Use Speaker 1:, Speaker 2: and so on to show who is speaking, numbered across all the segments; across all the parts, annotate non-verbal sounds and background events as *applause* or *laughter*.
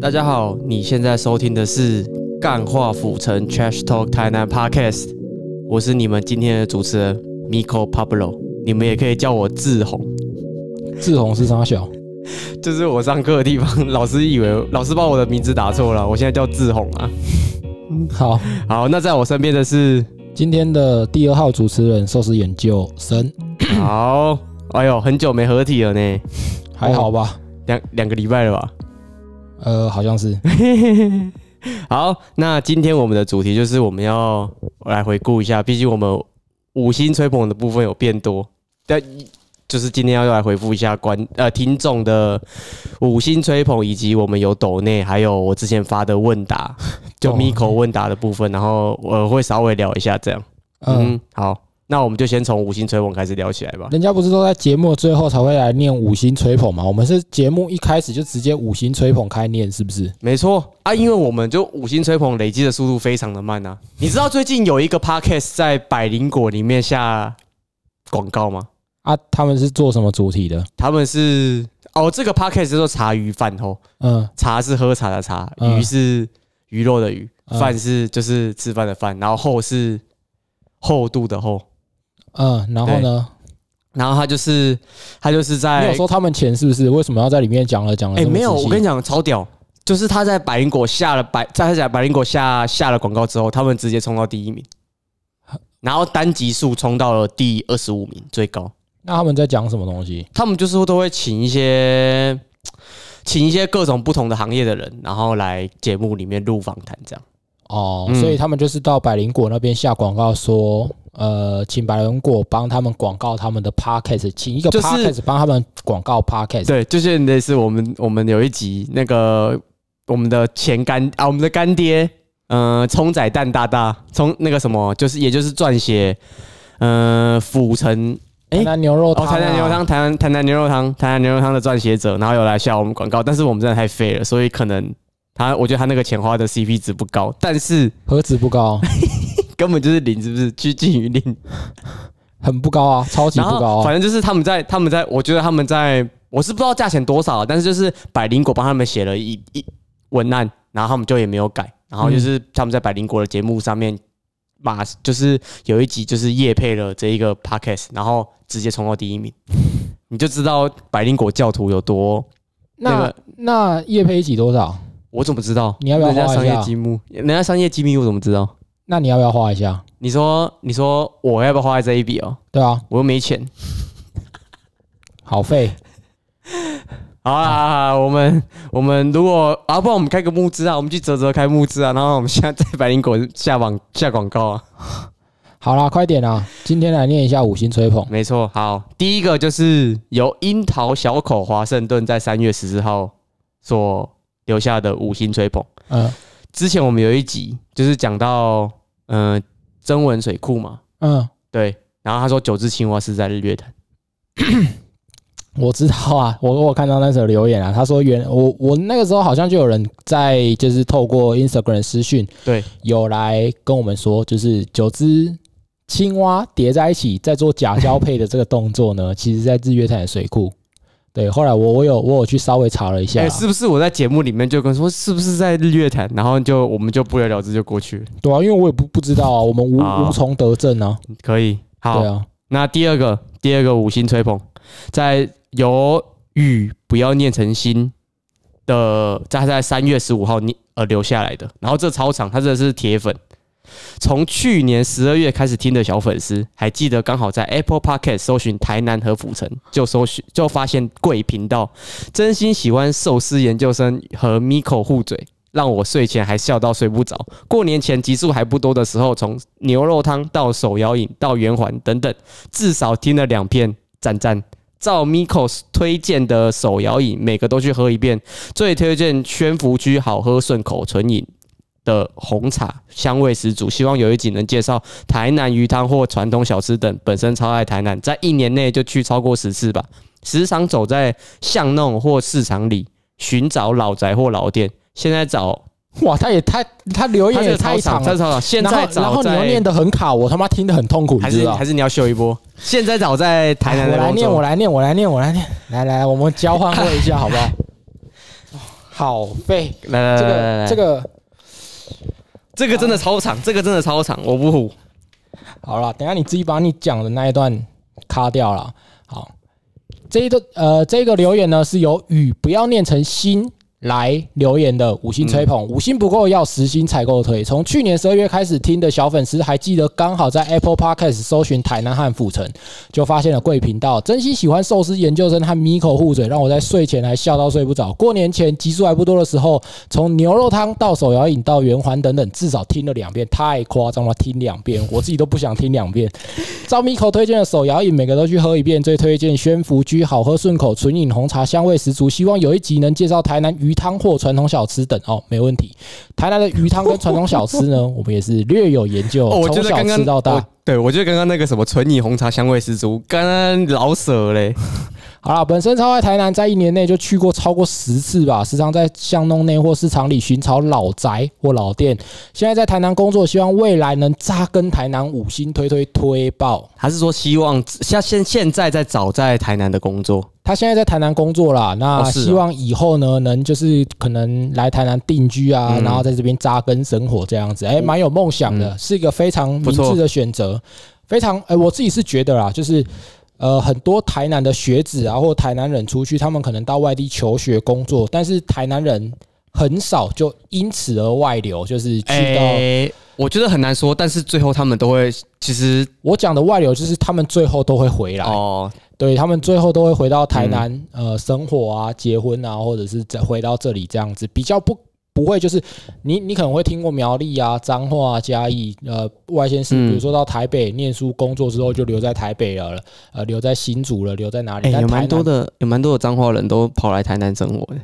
Speaker 1: 大家好，你现在收听的是《干话府城 Trash Talk 台南 Podcast》，我是你们今天的主持人 Miko Pablo，你们也可以叫我志宏。
Speaker 2: 志宏是啥小？
Speaker 1: 就是我上课的地方，老师以为老师把我的名字打错了，我现在叫志宏啊。
Speaker 2: 好，
Speaker 1: 好，那在我身边的是，
Speaker 2: 今天的第二号主持人寿司研究生，
Speaker 1: 好，哎呦，很久没合体了呢，
Speaker 2: 还好吧？
Speaker 1: 两两个礼拜了吧？
Speaker 2: 呃，好
Speaker 1: *laughs*
Speaker 2: 像是。
Speaker 1: 好，那今天我们的主题就是我们要来回顾一下，毕竟我们五星吹捧的部分有变多，但就是今天要来回复一下观呃听众的五星吹捧，以及我们有抖内，还有我之前发的问答，就
Speaker 2: 哦
Speaker 1: Miko 问答的部分，然后我会稍微聊一下这样。
Speaker 2: 嗯，
Speaker 1: 嗯，好，那我们就先从五星吹捧开始聊起来吧。
Speaker 2: 人家不是都在节目最后才会来念五星吹捧吗？我们是节目一开始就直接五星吹捧开念，是不是？
Speaker 1: 没错啊，因为我们就五星吹捧累积的速度非常的慢啊。你知道最近有一个 podcast 在百灵果里面下广告吗？
Speaker 2: 啊，他们是做什么主题的？
Speaker 1: 他们是哦，这个 podcast 叫做茶余饭后，
Speaker 2: 嗯，
Speaker 1: 茶是喝茶的茶，
Speaker 2: 嗯
Speaker 1: 鱼是鱼肉的鱼，
Speaker 2: 嗯
Speaker 1: 饭是就是吃饭的饭，然后厚是厚度的厚。
Speaker 2: 嗯，然后呢？
Speaker 1: 然后他就是他就是
Speaker 2: 你有
Speaker 1: 在
Speaker 2: 收他们钱是不是？为什么要在里面讲了讲了
Speaker 1: 哎、
Speaker 2: 这么
Speaker 1: 没有，
Speaker 2: 仔细
Speaker 1: 我跟你讲超屌，就是他在百灵果下了百，在他在百灵果下下了广告之后，他们直接冲到第一名，然后单集数冲到了第二十五名，最高。
Speaker 2: 那他们在讲什么东西？
Speaker 1: 他们就是都会请一些请一些各种不同的行业的人，然后来节目里面录访谈这样。
Speaker 2: 哦，
Speaker 1: 嗯
Speaker 2: 所以他们就是到百灵果那边下广告说，呃，请百灵果帮他们广告他们的 podcast，请一个
Speaker 1: 就是
Speaker 2: podcast 帮他们广告 podcast。
Speaker 1: 对，就是类似我们我们有一集那个我们的前干啊，我们的干爹，呃，冲仔蛋大大，从那个什么，就是也就是撰写，呃，府城哎
Speaker 2: 台南牛肉汤、
Speaker 1: 哦，
Speaker 2: 啊，
Speaker 1: 台南牛肉汤，台南台南牛肉汤，台南牛肉汤的撰写者，然后有来下我们广告，但是我们真的太废了，所以可能他，我觉得他那个钱花的 CP 值不高，但是
Speaker 2: 何止不
Speaker 1: *laughs*
Speaker 2: 高，
Speaker 1: 根本就是零，是不是趋近于零？
Speaker 2: 很不高啊，超级
Speaker 1: 然
Speaker 2: 不高、
Speaker 1: 后
Speaker 2: 啊。
Speaker 1: 反正就是他们在，他们在，我觉得他们在，我是不知道价钱多少，但是就是百灵果帮他们写了一一文案，然后他们就也没有改，然后就是他们在百灵果的节目上面。马就是有一集就是夜配了这一个 podcast，然后直接冲到第一名，你就知道百灵果教徒有多
Speaker 2: 那、
Speaker 1: 那个
Speaker 2: 那叶配一集多少？
Speaker 1: 我怎么知道？
Speaker 2: 你要不要
Speaker 1: 人家
Speaker 2: 画一
Speaker 1: 商业
Speaker 2: 下
Speaker 1: 机密，人家商业机密我怎么知道？
Speaker 2: 那你要不要画一下？
Speaker 1: 你说，你说我要不要花在这一笔哦？
Speaker 2: 对啊，
Speaker 1: 我又没钱。
Speaker 2: 好费。
Speaker 1: 好啦，好啦我们 *laughs* 我们如果啊，不然我们开个募资啊，我们去泽泽开募资啊，然后我们现在在百灵果下网 *laughs* 下广告啊。
Speaker 2: 好啦，快点啦！今天来念一下五星吹捧。
Speaker 1: 没错，好，第一个就是由樱桃小口华盛顿在三月十四号所留下的五星吹捧。
Speaker 2: 嗯
Speaker 1: 之前我们有一集就是讲到，嗯、呃，增文水库嘛，
Speaker 2: 嗯，
Speaker 1: 对，然后他说九只青蛙是在日月潭。
Speaker 2: 我知道啊，我我有看到那则留言啊，他说原我我那个时候好像就有人在就是透过 Instagram 私讯
Speaker 1: 对，
Speaker 2: 有来跟我们说，就是九只青蛙叠在一起在做假交配的这个动
Speaker 1: *laughs*
Speaker 2: 作呢，其实在日月潭的水库。对，后来我我有我有去稍微查了一下
Speaker 1: 哎、
Speaker 2: 啦，
Speaker 1: 是不是我在节目里面就跟说是不是在日月潭，然后就我们就不了了之就过去了，
Speaker 2: 对啊，因为我也不不知道啊，我们无、
Speaker 1: 啊
Speaker 2: 无从得证啊。
Speaker 1: 可以。好，
Speaker 2: 对啊，
Speaker 1: 那第二个第二个五星吹捧，在有雨不要念成心的，在在三月十五号念呃留下来的，然后这超长，他真的是铁粉。从去年十二月开始听的小粉丝，还记得刚好在 Apple Podcast 搜寻台南和府城，就搜寻就发现贵频道，真心喜欢寿司研究生和 Miko 互嘴，让我睡前还笑到睡不着。过年前集数还不多的时候，从牛肉汤到手摇饮到圆环等等，至少听了两遍，赞赞。照 Miko 推荐的手摇饮，每个都去喝一遍。最推荐宣福居好喝顺口纯饮的红茶，香味十足。希望有一集能介绍台南鱼汤或传统小吃等。本身超爱台南，在一年内就去超过十次吧。时常走在巷弄或市场里，寻找老宅或老店。现在找
Speaker 2: 哇，他也太他留
Speaker 1: 它
Speaker 2: 言
Speaker 1: 这个
Speaker 2: 也哦太
Speaker 1: 操
Speaker 2: 长
Speaker 1: 场，它
Speaker 2: 了
Speaker 1: 是。操场。现
Speaker 2: 然后
Speaker 1: 在
Speaker 2: 然
Speaker 1: 找
Speaker 2: 后你又念
Speaker 1: 在
Speaker 2: 得很卡，我他妈听得很痛苦，你
Speaker 1: 还
Speaker 2: 知
Speaker 1: 是
Speaker 2: 道？
Speaker 1: 还是你要秀一波？现在找在台南
Speaker 2: 哎我
Speaker 1: 的
Speaker 2: 来
Speaker 1: 工
Speaker 2: 念，
Speaker 1: 作 *laughs*
Speaker 2: 我来念，我来念，我来念。来来，我们交换位一下好不好？好废。
Speaker 1: 来来
Speaker 2: 这
Speaker 1: 来来
Speaker 2: 个
Speaker 1: 来，啊
Speaker 2: 这个
Speaker 1: 这个真的超长，这个真的超长，我不唬。
Speaker 2: 好了，等一下你自己把你讲的那一段卡掉了。好，这一段呃，这个留言呢是由雨不要念成心来留言的五星吹
Speaker 1: 嗯
Speaker 2: 捧，五星不够要十星才够推。从去年十二月开始听的小粉丝，还记得刚好在 Apple Podcast 搜寻台南和府城，就发现了贵频道。真心喜欢寿司研究生和 Miko 互嘴，让我在睡前还笑到睡不着。过年前集数还不多的时候，从牛肉汤到手摇饮到圆环等等，至少听了两遍，太夸张了，听两遍，我自己都不想听两遍。照 Miko 推荐的手摇饮，每个都去喝一遍。最推荐宣福居，好喝顺口，纯 *laughs* 饮红茶香味十足。希望有一集能介绍台南鱼汤或传统小吃等哦，没问题。台南的鱼汤跟传统小吃呢，我们也是略有研究，
Speaker 1: 哦，我觉
Speaker 2: 从
Speaker 1: 得
Speaker 2: 小
Speaker 1: 刚
Speaker 2: *laughs* 吃
Speaker 1: 刚哦
Speaker 2: 到大
Speaker 1: 我。对我觉得刚刚那个什么纯饮红茶香味十足，刚刚老舍嘞。
Speaker 2: 好啦，本身超爱台南，在一年内就去过超过十次吧，时常在巷弄内或市场里寻找老宅或老店。现在在台南工作，希望未来能扎根台南五星推推推爆。
Speaker 1: 他是说希望像现现在在找在台南的工作，
Speaker 2: 他现在在台南工作啦，那
Speaker 1: 哦是哦
Speaker 2: 希望以后呢，能就是可能来台南定居啊，
Speaker 1: 嗯
Speaker 2: 然后在这边扎根生活这样子，哎、蛮有梦想的，是一个非常明
Speaker 1: 不错
Speaker 2: 智的选择，非常哎、我自己是觉得啦，就是呃，很多台南的学子啊，或台南人出去，他们可能到外地求学工作，但是台南人很少就因此而外流，就是去到、
Speaker 1: 哎，我觉得很难说，但是最后他们都会，其实
Speaker 2: 我讲的外流，就是他们最后都会回来，
Speaker 1: 哦，
Speaker 2: 对他们最后都会回到台南、
Speaker 1: 嗯
Speaker 2: 呃生活啊、结婚啊，或者是再回到这里这样子，比较不不会就是你你可能会听过苗栗啊、彰化啊、嘉义呃外县市，
Speaker 1: 嗯
Speaker 2: 比如说到台北念书工作之后就留在台北了，呃留在新竹了，留在哪里？
Speaker 1: 哎，
Speaker 2: 但
Speaker 1: 有
Speaker 2: 台南
Speaker 1: 蛮多的，有蛮多的彰化人都跑来台南生活的。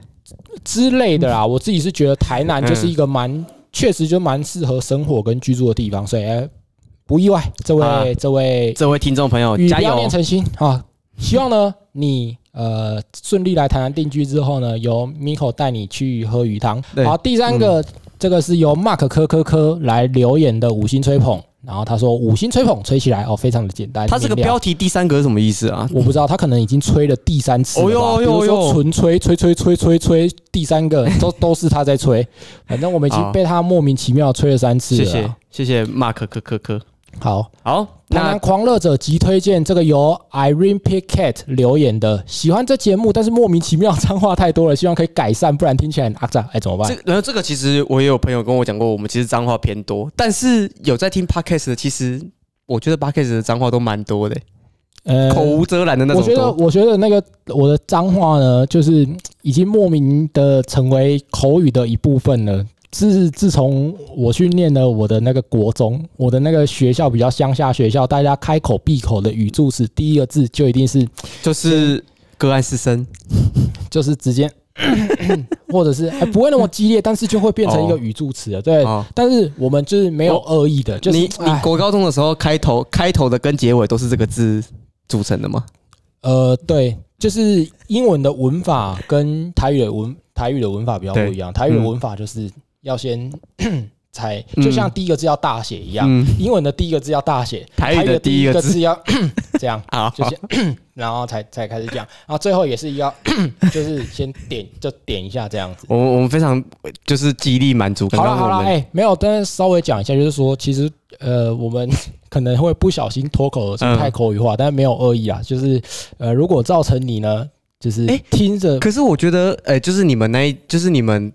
Speaker 2: 之类的啦。我自己是觉得台南
Speaker 1: 嗯
Speaker 2: 就是一个蛮确实就蛮适合生活跟居住的地方，所以、哎不意外。这位、
Speaker 1: 啊
Speaker 2: 这位
Speaker 1: 这位听众朋友，
Speaker 2: 与
Speaker 1: 加
Speaker 2: 不要
Speaker 1: 油
Speaker 2: 念！成心啊！希望呢，你呃顺利来台南定居之后呢，由 Miko 带你去喝鱼汤。
Speaker 1: 对嗯
Speaker 2: 好，第三个、这个是由 Mark 科科科来留言的五星吹捧，然后他说五星吹捧吹起来哦，非常的简单。
Speaker 1: 他这个
Speaker 2: 明了
Speaker 1: 标题第三格是什么意思啊？
Speaker 2: 我不知道，他可能已经吹了第三次了吧。
Speaker 1: 哦哟
Speaker 2: 比
Speaker 1: 哟
Speaker 2: 如说
Speaker 1: 哟
Speaker 2: 纯吹吹吹吹吹吹，第三个都都是他在吹。反正我们已经
Speaker 1: 好
Speaker 2: 被他莫名其妙吹了三次了
Speaker 1: 谢
Speaker 2: 啊。
Speaker 1: 谢谢谢马克科科科。
Speaker 2: 好，
Speaker 1: 好，
Speaker 2: 台南
Speaker 1: 那
Speaker 2: 狂热者极推荐这个由 Irene Pickett 留言的，喜欢这节目，但是莫名其妙脏话太多了，希望可以改善，不然听起来很阿杂，哎，怎么办
Speaker 1: 这？个然后这个其实我也有朋友跟我讲过，我们其实脏话偏多，但是有在听 podcast 的，其实我觉得 podcast 的脏话都蛮多的，
Speaker 2: 呃
Speaker 1: 口无遮拦的那
Speaker 2: 我
Speaker 1: 种
Speaker 2: 觉得，
Speaker 1: 多。
Speaker 2: 我觉得那个我的脏话呢，就是嗯已经莫名的成为口语的一部分了。自自从我去念了我的那个国中，我的那个学校比较乡下学校，大家开口闭口的语助词，第一个字就一定是
Speaker 1: 就是个案师生，
Speaker 2: 就是
Speaker 1: *coughs*
Speaker 2: 直接，或者是、哎不会那么激烈，但是就会变成一个语助词了。啊对，
Speaker 1: 哦
Speaker 2: 但是我们就是没有恶意的，就是
Speaker 1: 你你
Speaker 2: 哎
Speaker 1: 国高中的时候开头开头的跟结尾都是这个字组成的吗？
Speaker 2: 呃，对，就是英文的文法跟台语的文台语的文法比较不一样。台语的文法就是
Speaker 1: *coughs*
Speaker 2: 要先才，就像第一个字要大写一样， *laughs*
Speaker 1: 嗯，
Speaker 2: 英文的第一个字要大写，
Speaker 1: 台语的
Speaker 2: 的
Speaker 1: 第一
Speaker 2: 一
Speaker 1: 个
Speaker 2: 个
Speaker 1: 字
Speaker 2: 字要 *coughs* 这样。
Speaker 1: 好，
Speaker 2: 就是 *coughs* 然后才才开始讲，然后最后也是要， *coughs* 就是先点就点一下这样子。
Speaker 1: 我们我们非常就是极力满足刚
Speaker 2: 好了
Speaker 1: 刚
Speaker 2: 好了，
Speaker 1: 我
Speaker 2: 哎、
Speaker 1: 们
Speaker 2: 没有，但是稍微讲一下，就是说，其实呃，我们 *laughs* 可能会不小心脱口而出
Speaker 1: 嗯
Speaker 2: 太口语化，但是没有恶意啊，就是呃，如果造成你呢，就是
Speaker 1: 哎
Speaker 2: 听着、
Speaker 1: 可是我觉得，哎、就是你们那一，就是你们，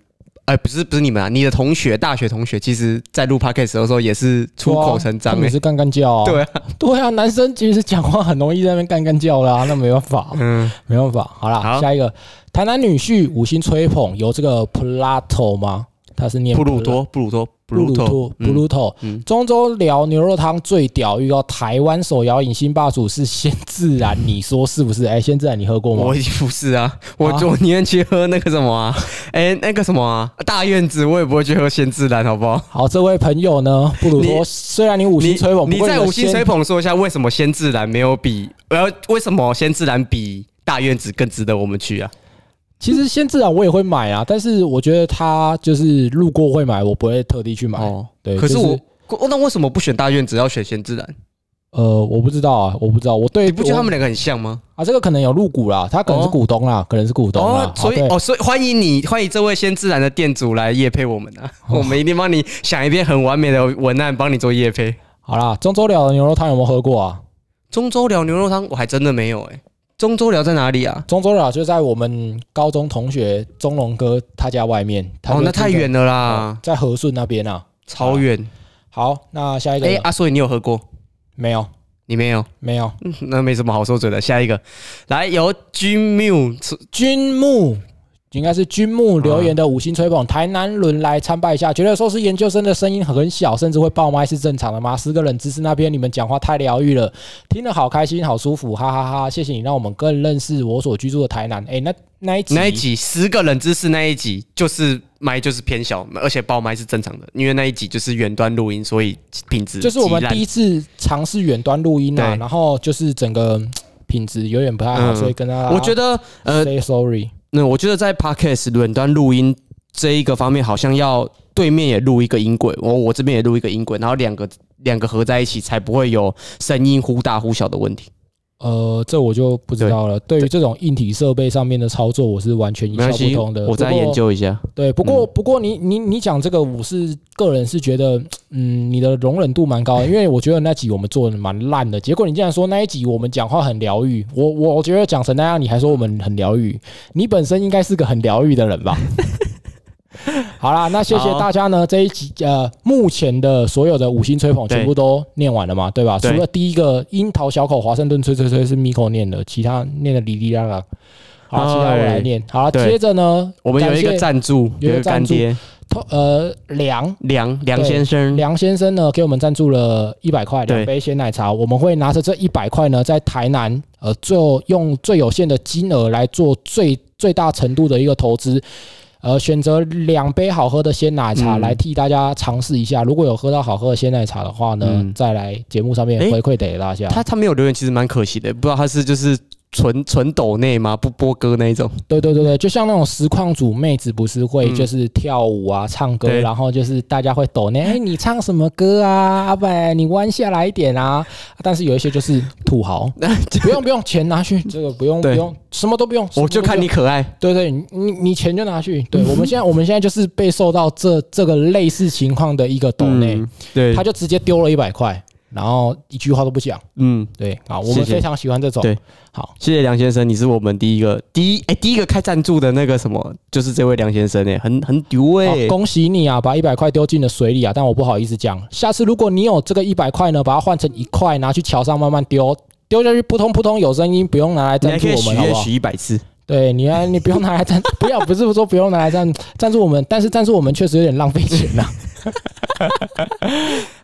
Speaker 1: 哎、不是不是你们啊，你的同学，大学同学，其实在录 podcast 的时候也是出口成章
Speaker 2: 也
Speaker 1: 哎、
Speaker 2: 是干干叫啊，
Speaker 1: 对
Speaker 2: 啊， *laughs* 对啊，男生其实讲话很容易在那边干干叫啦、那没办法、
Speaker 1: 嗯，
Speaker 2: 没办法。好啦，
Speaker 1: 好
Speaker 2: 下一个台南女婿五星吹捧，由这个 Plato 吗？他是念
Speaker 1: 布鲁
Speaker 2: Pla-
Speaker 1: 多，布鲁多，布
Speaker 2: 布鲁
Speaker 1: 鲁
Speaker 2: 托
Speaker 1: 托，，
Speaker 2: 布
Speaker 1: 嗯
Speaker 2: 鲁托
Speaker 1: 嗯，
Speaker 2: 中州聊牛肉汤最屌，遇到台湾手摇饮新霸主是先自然，你说是不是？哎，先自然你喝过吗
Speaker 1: 我？已经不是啊，我
Speaker 2: 啊
Speaker 1: 我宁愿去喝那个什么啊， *laughs* 哎、那个什么啊，大院子，我也不会去喝鲜自然，好不好？
Speaker 2: 好，这位朋友呢，布鲁托，
Speaker 1: *laughs* 你
Speaker 2: 虽然你五星吹捧，
Speaker 1: 你
Speaker 2: 不
Speaker 1: 你
Speaker 2: 过
Speaker 1: 在
Speaker 2: 的
Speaker 1: 五星
Speaker 2: 先
Speaker 1: 吹捧说一下为什么鲜自然没有比，呃，为什么鲜自然比大院子更值得我们去啊？
Speaker 2: 其实先自然我也会买啊，但是我觉得他就是路过会买，我不会特地去买。
Speaker 1: 哦，
Speaker 2: 对，
Speaker 1: 可是
Speaker 2: 就
Speaker 1: 我。那为什么不选大院子，要选鲜自然？
Speaker 2: 呃，我不知道啊，我不知道，我对
Speaker 1: 你不觉得
Speaker 2: 我
Speaker 1: 他们两个很像吗？
Speaker 2: 啊，这个可能有入股啦，他可能是股东啦，可能是股东啦。
Speaker 1: 哦，所以
Speaker 2: 啊对
Speaker 1: 哦，所以欢迎你，欢迎这位先自然的店主来夜配我们
Speaker 2: *laughs*
Speaker 1: 啊！我们一定帮你想一篇很完美的文案，帮你做夜配。
Speaker 2: 好啦，中州寮的牛肉汤有没有喝过啊？
Speaker 1: 中州寮牛肉汤我还真的没有哎、中州寮在哪里啊？
Speaker 2: 中州寮就在我们高中同学钟龙哥他家外面，他就
Speaker 1: 哦，那
Speaker 2: 住
Speaker 1: 太
Speaker 2: 在
Speaker 1: 远了
Speaker 2: 哦
Speaker 1: 啦，
Speaker 2: 在和顺那边啊。
Speaker 1: 超远。
Speaker 2: 好，那下一个
Speaker 1: 哎、阿所以你有喝过？
Speaker 2: 没有
Speaker 1: 你没有， *laughs*
Speaker 2: 没有
Speaker 1: 嗯那没什么好说嘴的。下一个，来由 Jimmy 出
Speaker 2: 君木。应该是君木留言的
Speaker 1: 嗯
Speaker 2: 五星吹捧，台南轮来参拜一下。觉得硕士研究生的声音很小，甚至会爆麦是正常的吗？十个冷知识那边你们讲话太疗愈了，听得好开心，好舒服，哈哈哈谢谢你让我们更认识我所居住的台南。哎、那那一集
Speaker 1: 那一集十个冷知识那一集，就是麦就是偏小，而且爆麦是正常的，因为那一集就是远端录音，所以品质
Speaker 2: 就是我们
Speaker 1: 极烂
Speaker 2: 第一次尝试远端录音啊，
Speaker 1: 对
Speaker 2: 然后就是整个嗯品质有点不太好，
Speaker 1: 嗯
Speaker 2: 所以跟大家
Speaker 1: 我觉得呃
Speaker 2: say sorry。
Speaker 1: 那我觉得在 podcast 远端录音这一个方面，好像要对面也录一个音轨，我我这边也录一个音轨，然后两个两个合在一起，才不会有声音忽大忽小的问题。
Speaker 2: 呃，这我就不知道了。对于这种硬体设备上面的操作，我是完全一
Speaker 1: 没
Speaker 2: 窍
Speaker 1: 关
Speaker 2: 不
Speaker 1: 系，
Speaker 2: 通的。
Speaker 1: 我再
Speaker 2: 不过
Speaker 1: 研。究一下。
Speaker 2: 对，不
Speaker 1: 嗯
Speaker 2: 过不过你你你讲这个，我是个人是觉得，嗯，你的容忍度蛮高的，因为我觉得那集我们做的蛮烂的。结果你竟然说那一集我们讲话很疗愈，我我我觉得讲成那样，你还说我们很疗愈，你本身应该是个很疗愈的人
Speaker 1: *laughs*
Speaker 2: 吧？好啦，那谢谢
Speaker 1: 好
Speaker 2: 大家呢。这一集呃，目前的所有的五星吹捧
Speaker 1: 对
Speaker 2: 全部都念完了嘛，对吧？除
Speaker 1: 对
Speaker 2: 了第一个樱桃小口华盛顿吹吹吹是 Miko 念的，其他念的哩哩啦啦。好，其他我来
Speaker 1: 哎
Speaker 2: 念。好，
Speaker 1: 对
Speaker 2: 接着呢，
Speaker 1: 我们有一
Speaker 2: 感
Speaker 1: 个
Speaker 2: 谢
Speaker 1: 赞助，
Speaker 2: 有一个
Speaker 1: 有一个干
Speaker 2: 赞助
Speaker 1: 爹
Speaker 2: 通呃梁
Speaker 1: 梁梁
Speaker 2: 对
Speaker 1: 先生，
Speaker 2: 梁先生呢给我们赞助了一百块
Speaker 1: 嗯对
Speaker 2: 两杯鲜奶茶，我们会拿着这一百块呢，在台南呃就用最有限的金额来做最最大程度的一个投资。呃，选择两杯好喝的鲜奶茶
Speaker 1: 嗯
Speaker 2: 来替大家尝试一下。如果有喝到好喝的鲜奶茶的话呢，
Speaker 1: 嗯
Speaker 2: 再来节目上面
Speaker 1: 诶
Speaker 2: 回馈给大家。
Speaker 1: 他他没有留言，其实蛮可惜的，不知道他是就是纯纯抖内吗？不播歌那一种。
Speaker 2: 对对对对，就像那种实况组妹子不是会
Speaker 1: 嗯
Speaker 2: 就是跳舞啊、唱歌，
Speaker 1: 对
Speaker 2: 然后就是大家会抖呢，哎，你唱什么歌啊？阿伯，你弯下来一点啊！但是有一些就是
Speaker 1: *laughs*
Speaker 2: 土豪，不用不用，钱拿去，这个不用不
Speaker 1: 对
Speaker 2: 用，什么都不用，什么
Speaker 1: 我
Speaker 2: 都
Speaker 1: 就
Speaker 2: 不
Speaker 1: 看
Speaker 2: 用
Speaker 1: 你可爱，
Speaker 2: 对对，你你你钱就拿去。
Speaker 1: *laughs*
Speaker 2: 对我们现在我们现在就是被受到这这个类似情况的一个抖内，
Speaker 1: 嗯，对
Speaker 2: 他，就直接丢了一百块，然后一句话都不讲。
Speaker 1: 嗯，
Speaker 2: 对啊，我们
Speaker 1: 谢谢
Speaker 2: 非常喜欢这种。
Speaker 1: 对
Speaker 2: 好，
Speaker 1: 谢谢梁先生，你是我们第一个第一哎、第一个开赞助的那个什么，就是这位梁先生哎、很很丢哎、
Speaker 2: 好恭喜你啊，把一百块丢进了水里啊！但我不好意思讲，下次如果你有这个一百块呢，把它换成一块，拿去桥上慢慢丢，丢下去扑通扑通有声音，不用拿来
Speaker 1: 你
Speaker 2: 赞
Speaker 1: 还
Speaker 2: 助
Speaker 1: 可以
Speaker 2: 我
Speaker 1: 许
Speaker 2: 们，好不
Speaker 1: 愿
Speaker 2: 好
Speaker 1: 许？一百次，
Speaker 2: 对，你啊，你不用拿来赞， *laughs* 不要，不是说不用拿来赞赞助我们，但是赞助我们确实有点浪费钱啊
Speaker 1: *laughs*
Speaker 2: 呐、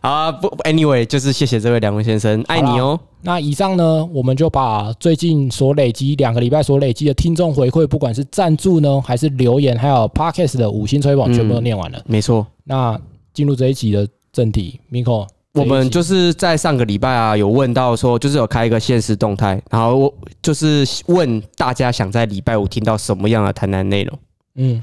Speaker 1: 好啊，不，anyway，就是谢谢这位梁文先
Speaker 2: 啊
Speaker 1: 生，爱你哦。
Speaker 2: 那以上呢，我们就把最近所累积两个礼拜所累积的听众回馈，不管是赞助呢，还是留言，还有 podcast 的五星吹捧，全部都念完了。
Speaker 1: 没错，
Speaker 2: 那进入这一集的正题，Miko，
Speaker 1: 我们就是是在上个礼拜啊，有问到说，就是有开一个现实动态，然后我就是问大家想在礼拜五听到什么样的谈谈内容。
Speaker 2: 嗯，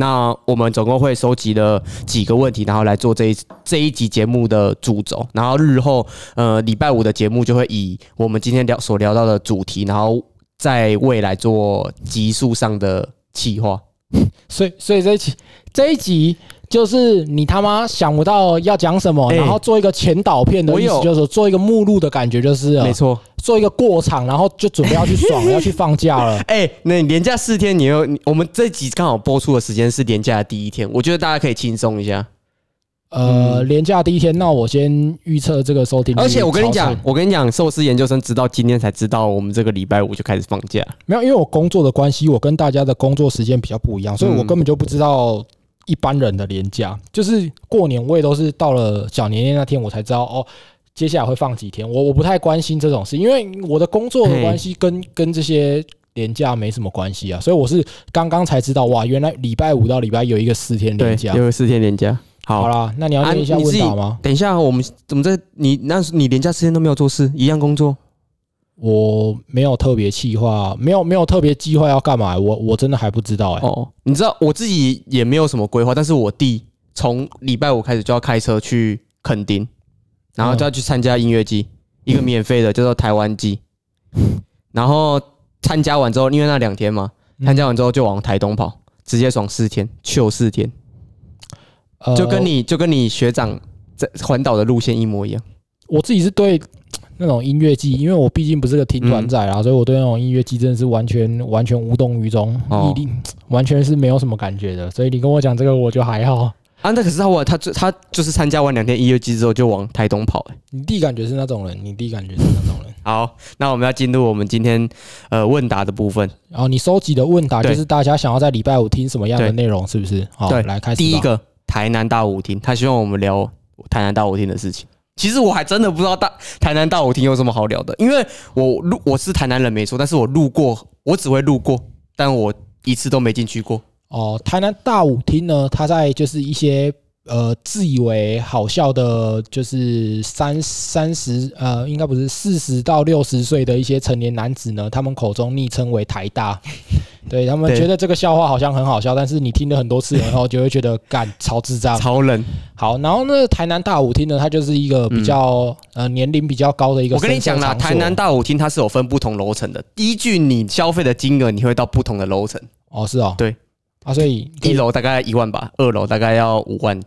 Speaker 1: 那我们总共会收集了几个问题，然后来做这一这一集节目的主轴。然后日后，呃，礼拜五的节目就会以我们今天聊所聊到的主题，然后在未来做集数上的企划。
Speaker 2: 所以所以这一集这一集就是你他妈想不到要讲什么，
Speaker 1: 哎
Speaker 2: 然后做一个前导片的
Speaker 1: 我
Speaker 2: 意思，
Speaker 1: 有
Speaker 2: 就是说做一个目录的感觉，就是了
Speaker 1: 没错，
Speaker 2: 做一个过场，然后就准备要去爽了，要去放假了。
Speaker 1: 哎、那你连假四天，你又你我们这集刚好播出的时间是连假的第一天，我觉得大家可以轻松一下。
Speaker 2: 呃，连假第一天，那我先预测这个收听率
Speaker 1: 嗯
Speaker 2: 超
Speaker 1: 而
Speaker 2: 惨。
Speaker 1: 且我跟你讲，我跟你讲，寿司研究生直到今天才知道，我们这个礼拜五就开始放假。
Speaker 2: 没有，因为我工作的关系，我跟大家的工作时间比较不一样，所以我
Speaker 1: 嗯
Speaker 2: 根本就不知道一般人的年假。就是过年我也都是到了小年夜那天，我才知道哦，接下来会放几天。我我不太关心这种事，因为我的工作的关系跟跟这些年假没什么关系啊，所以我是刚刚才知道哇，原来礼拜五到礼拜有一个四天
Speaker 1: 对
Speaker 2: 年，假。
Speaker 1: 有四天连假。好
Speaker 2: 好啦，那你要
Speaker 1: 啊
Speaker 2: 念一下
Speaker 1: 你自
Speaker 2: 问
Speaker 1: 己
Speaker 2: 答吗？
Speaker 1: 等一下，我们怎么在你那时你连假时间都没有做事，一样工作？
Speaker 2: 我没有特别计划，没有没有特别计划要干嘛、我我真的还不知道哎、
Speaker 1: 哦，你知道我自己也没有什么规划，但是我弟从礼拜五开始就要开车去垦丁，然后就要去参加音乐季，一个免费的叫做台湾季， *laughs* 然后参加完之后，因为那两天嘛，
Speaker 2: 嗯
Speaker 1: 参加完之后就往台东跑，直接爽四天，秀四天，
Speaker 2: 呃
Speaker 1: 就跟你就跟你学长在环岛的路线一模一样。
Speaker 2: 我自己是对那种音乐季，因为我毕竟不是个听团仔
Speaker 1: 嗯
Speaker 2: 啦，所以我对那种音乐季真的是完全完全无动于衷，
Speaker 1: 哦
Speaker 2: 一定完全是没有什么感觉的。所以你跟我讲这个，我就还好。
Speaker 1: 啊，那可是他我他就他就是参加完两天音乐季之后就往台东跑、欸
Speaker 2: 你第一感觉是那种人，你第一感觉是那种人。
Speaker 1: 好，那我们要进入我们今天呃问答的部分。
Speaker 2: 然后哦你收集的问答
Speaker 1: 对
Speaker 2: 就是大家想要在礼拜五听什么样的
Speaker 1: 对
Speaker 2: 内容，是不是？好，
Speaker 1: 对
Speaker 2: 来开始。
Speaker 1: 第一，个台南大舞厅，他希望我们聊台南大舞厅的事情。其实我还真的不知道大台南大舞厅有什么好聊的，因为我路我是台南人没错，但是我路过，我只会路过，但我一次都没进去过。
Speaker 2: 哦，台南大舞厅呢，它在就是一些呃自以为好笑的，就是三三十呃，应该不是四十到六十岁的一些成年男子呢，他们口中昵称为台
Speaker 1: *laughs*
Speaker 2: 大，对他们
Speaker 1: 对
Speaker 2: 觉得这个笑话好像很好笑，但是你听了很多次以后，就会觉得干超智障。
Speaker 1: 超人，
Speaker 2: 好，然后呢，台南大舞厅呢，它就是一个比较、呃年龄比较高的一个，
Speaker 1: 嗯我跟你讲啦，台南。大舞厅它是有分不同楼层的，依据你消费的金额，你会到不同的楼层。
Speaker 2: 哦，是哦，
Speaker 1: 对
Speaker 2: 啊，所以
Speaker 1: 一楼大概一万吧，二楼大概要五万，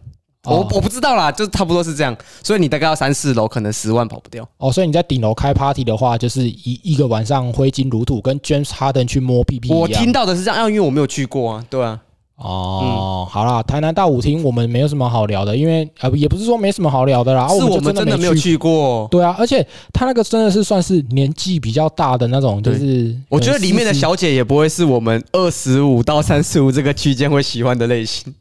Speaker 1: 我
Speaker 2: 哦
Speaker 1: 我不知道啦，就差不多是这样。所以你大概要三四楼，可能十万跑不掉。
Speaker 2: 哦，所以你在顶楼开 party 的话，就是一一个晚上挥金如土，跟 James Harden 去摸屁屁一样。
Speaker 1: 我听到的是这样，啊因为我没有去过啊，对啊，
Speaker 2: 哦，好啦，台南大舞厅我们没有什么好聊的，因为呃也不是说没什么好聊的啦，啊
Speaker 1: 是我
Speaker 2: 我们
Speaker 1: 们
Speaker 2: 就
Speaker 1: 真的没有
Speaker 2: 去。
Speaker 1: 去过。
Speaker 2: 对啊，而且他那个真的是算是年纪比较大的那种，就
Speaker 1: 对
Speaker 2: 是
Speaker 1: 我觉得里面的
Speaker 2: 呃40
Speaker 1: 小姐也不会是我们二十五到三十五这个区间会喜欢的类型，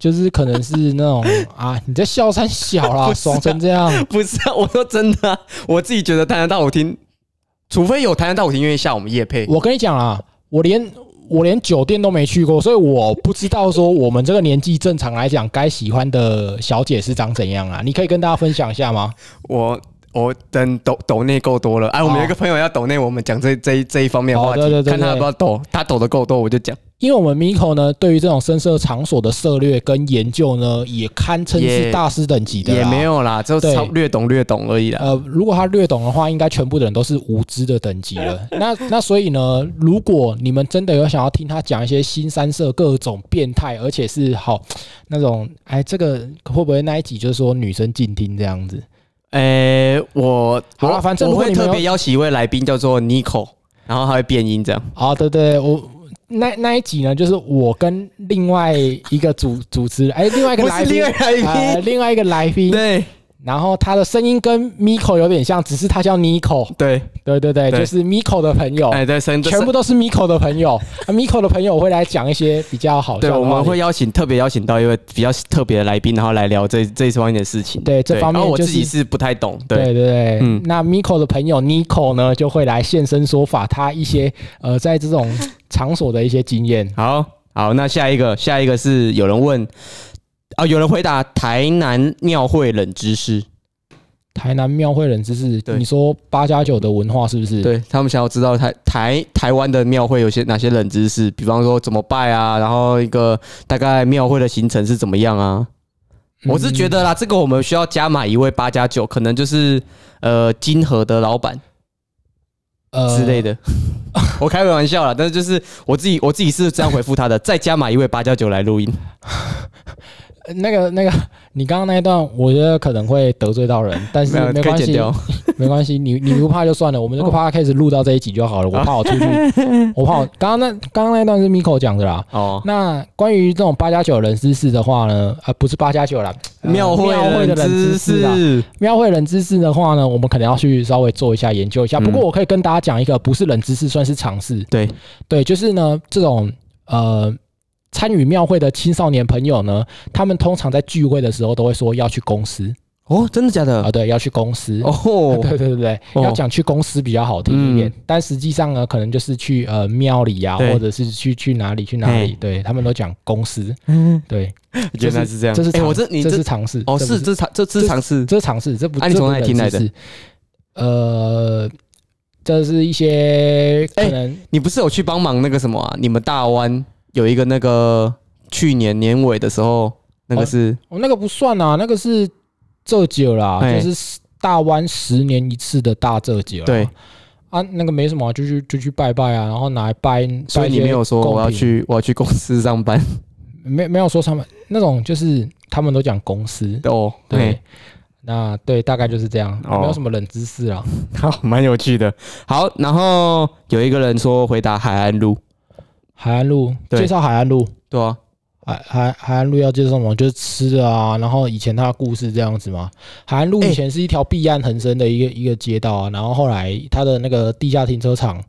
Speaker 2: 就是可能是那种 *laughs* 啊，你在笑山小啦，
Speaker 1: 不是啊
Speaker 2: 爽成这样。
Speaker 1: *laughs* 不是、啊？我说真的、啊，我自己觉得台南大舞厅，除非有台南大舞厅愿意下我们夜配，
Speaker 2: 我跟你讲啊，我连我连酒店都没去过，所以我不知道说我们这个年纪正常来讲该喜欢的小姐是长怎样啊？你可以跟大家分享一下吗？
Speaker 1: 我我等抖抖内够多了，哎、我们有一个朋友要抖内，我们讲这这一这一方面的话题，
Speaker 2: 哦对对对
Speaker 1: 看他要不要抖，他抖的够多我就讲。
Speaker 2: 因为我们 Miko 呢，对于这种深色场所的涉略跟研究呢，也堪称是
Speaker 1: 也
Speaker 2: 大师等级的啦
Speaker 1: 也没。有啦，就
Speaker 2: 对
Speaker 1: 超略懂略懂而已啦。
Speaker 2: 呃，如果他略懂的话，应该全部的人都是无知的等级了。那那所以呢，如果你们真的有想要听他讲一些新三色各种变态，而且是好那种，哎，这个会不会那一集就是说女生静听这样子？
Speaker 1: 诶、我
Speaker 2: 好啦
Speaker 1: 我
Speaker 2: 反正
Speaker 1: 我
Speaker 2: 如果
Speaker 1: 会
Speaker 2: 你没有
Speaker 1: 特别邀请一位来宾叫做 Nico，然后他会变音这样。
Speaker 2: 哦，对对，我那那一集呢，就是我跟另外一个主主持人，哎，另外一个
Speaker 1: 不
Speaker 2: 来
Speaker 1: 是
Speaker 2: 宾
Speaker 1: 另外，来
Speaker 2: 呃，
Speaker 1: 宾，
Speaker 2: 另外一个来宾，
Speaker 1: 对
Speaker 2: 然后他的声音跟 Miko 有点像，只是他叫 Nico，
Speaker 1: 对，
Speaker 2: 对对对，
Speaker 1: 对
Speaker 2: 就是 Miko 的朋友，
Speaker 1: 哎对，深
Speaker 2: 哦全部都是 Miko 的朋友。啊 Miko 的朋友会来讲一些比较好笑
Speaker 1: 对，
Speaker 2: 的
Speaker 1: 我
Speaker 2: 话
Speaker 1: 们
Speaker 2: 题
Speaker 1: 会邀请特别邀请到一位比较特别的来宾，然后来聊这这一方面的事情。
Speaker 2: 对这方面
Speaker 1: 然后我
Speaker 2: 就
Speaker 1: 自
Speaker 2: 是
Speaker 1: 己是不太懂，对
Speaker 2: 对对对，
Speaker 1: 嗯
Speaker 2: 那 Miko 的朋友 Nico 呢，就会来现身说法，他一些呃在这种场所的一些经验。
Speaker 1: 好好，那下一个，下一个是有人问啊，有人回答台南庙会冷知识，
Speaker 2: 台南庙会冷知识，
Speaker 1: 对
Speaker 2: 你说八加九的文化是不是？
Speaker 1: 对他们想要知道台台台湾的庙会有些哪些冷知识，比方说怎么拜啊，然后一个大概庙会的行程是怎么样啊。
Speaker 2: 嗯，
Speaker 1: 我是觉得啦，这个我们需要加码一位八加九，可能就是呃金河的老板
Speaker 2: 呃
Speaker 1: 之类的。 *laughs* 我开个玩笑啦，但是就是我自己我自己是这样回复他的，再加码一位八加九来录音。
Speaker 2: 呃那个那个，你刚刚那一段，我觉得可能会得罪到人，但是
Speaker 1: 没有
Speaker 2: 没
Speaker 1: 可以
Speaker 2: 关
Speaker 1: 剪
Speaker 2: 系，
Speaker 1: 掉。哦
Speaker 2: 没关系，你你不怕就算了，我们这个 podcast 录到这一集就好了。我怕我出
Speaker 1: *laughs*
Speaker 2: 去，我怕我刚刚那刚刚那一段是 Miko 讲的啦。
Speaker 1: 哦，
Speaker 2: 那关于这种八加九人知识的话呢，啊、不是八加九啦，呃
Speaker 1: 庙会
Speaker 2: 庙会
Speaker 1: 冷
Speaker 2: 的人
Speaker 1: 知
Speaker 2: 知识啊，
Speaker 1: 识，
Speaker 2: 庙会冷知识的话呢，我们可能要去稍微做一下研究一下。
Speaker 1: 嗯
Speaker 2: 不过我可以跟大家讲一个，不是冷知识，算是常识。
Speaker 1: 对，
Speaker 2: 对，就是呢，这种呃参与庙会的青少年朋友呢，他们通常在聚会的时候都会说要去公司
Speaker 1: 哦，真的假
Speaker 2: 啊、
Speaker 1: 的？
Speaker 2: 对，要去公司。
Speaker 1: 哦，
Speaker 2: *laughs* 对对对对，
Speaker 1: 哦
Speaker 2: 要讲去公司比较好听一点，
Speaker 1: 嗯
Speaker 2: 但实际上呢，可能就是去呃庙里呀、
Speaker 1: 对
Speaker 2: 或者是去去哪里去哪里，
Speaker 1: 嘿嗯
Speaker 2: 对他们都讲公司，对，
Speaker 1: 原来是这样。
Speaker 2: 这是
Speaker 1: 哎，
Speaker 2: 常
Speaker 1: 我这你
Speaker 2: 这
Speaker 1: 这
Speaker 2: 是尝试，
Speaker 1: 哦
Speaker 2: 这不
Speaker 1: 是这尝这这尝试
Speaker 2: 这是尝试，这不
Speaker 1: 啊你
Speaker 2: 这
Speaker 1: 从
Speaker 2: 不
Speaker 1: 哪里
Speaker 2: 冷
Speaker 1: 听
Speaker 2: 知
Speaker 1: 来的
Speaker 2: 识？呃，这是一些可
Speaker 1: 哎
Speaker 2: 能
Speaker 1: 你不是有去帮忙那个什么啊？你们大湾有一个那个去年年
Speaker 2: 哦
Speaker 1: 尾的时候，那个是
Speaker 2: 哦，那个不算啊，那个是这酒啦，
Speaker 1: 哎
Speaker 2: 就是大湾十年一次的大浙节了。
Speaker 1: 对
Speaker 2: 啊，那个没什么啊，就去就去拜拜啊，然后拿来拜。
Speaker 1: 所以你没有说我要
Speaker 2: 拜一些贡品
Speaker 1: 去我要去公司上班
Speaker 2: 没没有说他们那种，就是他们都讲公司， *laughs*
Speaker 1: 哦，
Speaker 2: 对，
Speaker 1: 对，
Speaker 2: 那对，大概就是这样，
Speaker 1: 哦
Speaker 2: 没有什么冷知识啊。
Speaker 1: 好，蛮有趣的。好，然后有一个人说回答海岸路，
Speaker 2: 海岸路
Speaker 1: 对
Speaker 2: 介绍海岸路，
Speaker 1: 对啊，
Speaker 2: 海海海岸路要介绍什么？就是吃的啊，然后以前它的故事这样子嘛。海岸路
Speaker 1: 哎
Speaker 2: 以前是一条避案横生的一个、一个街道啊，然后后来它的那个地下停车场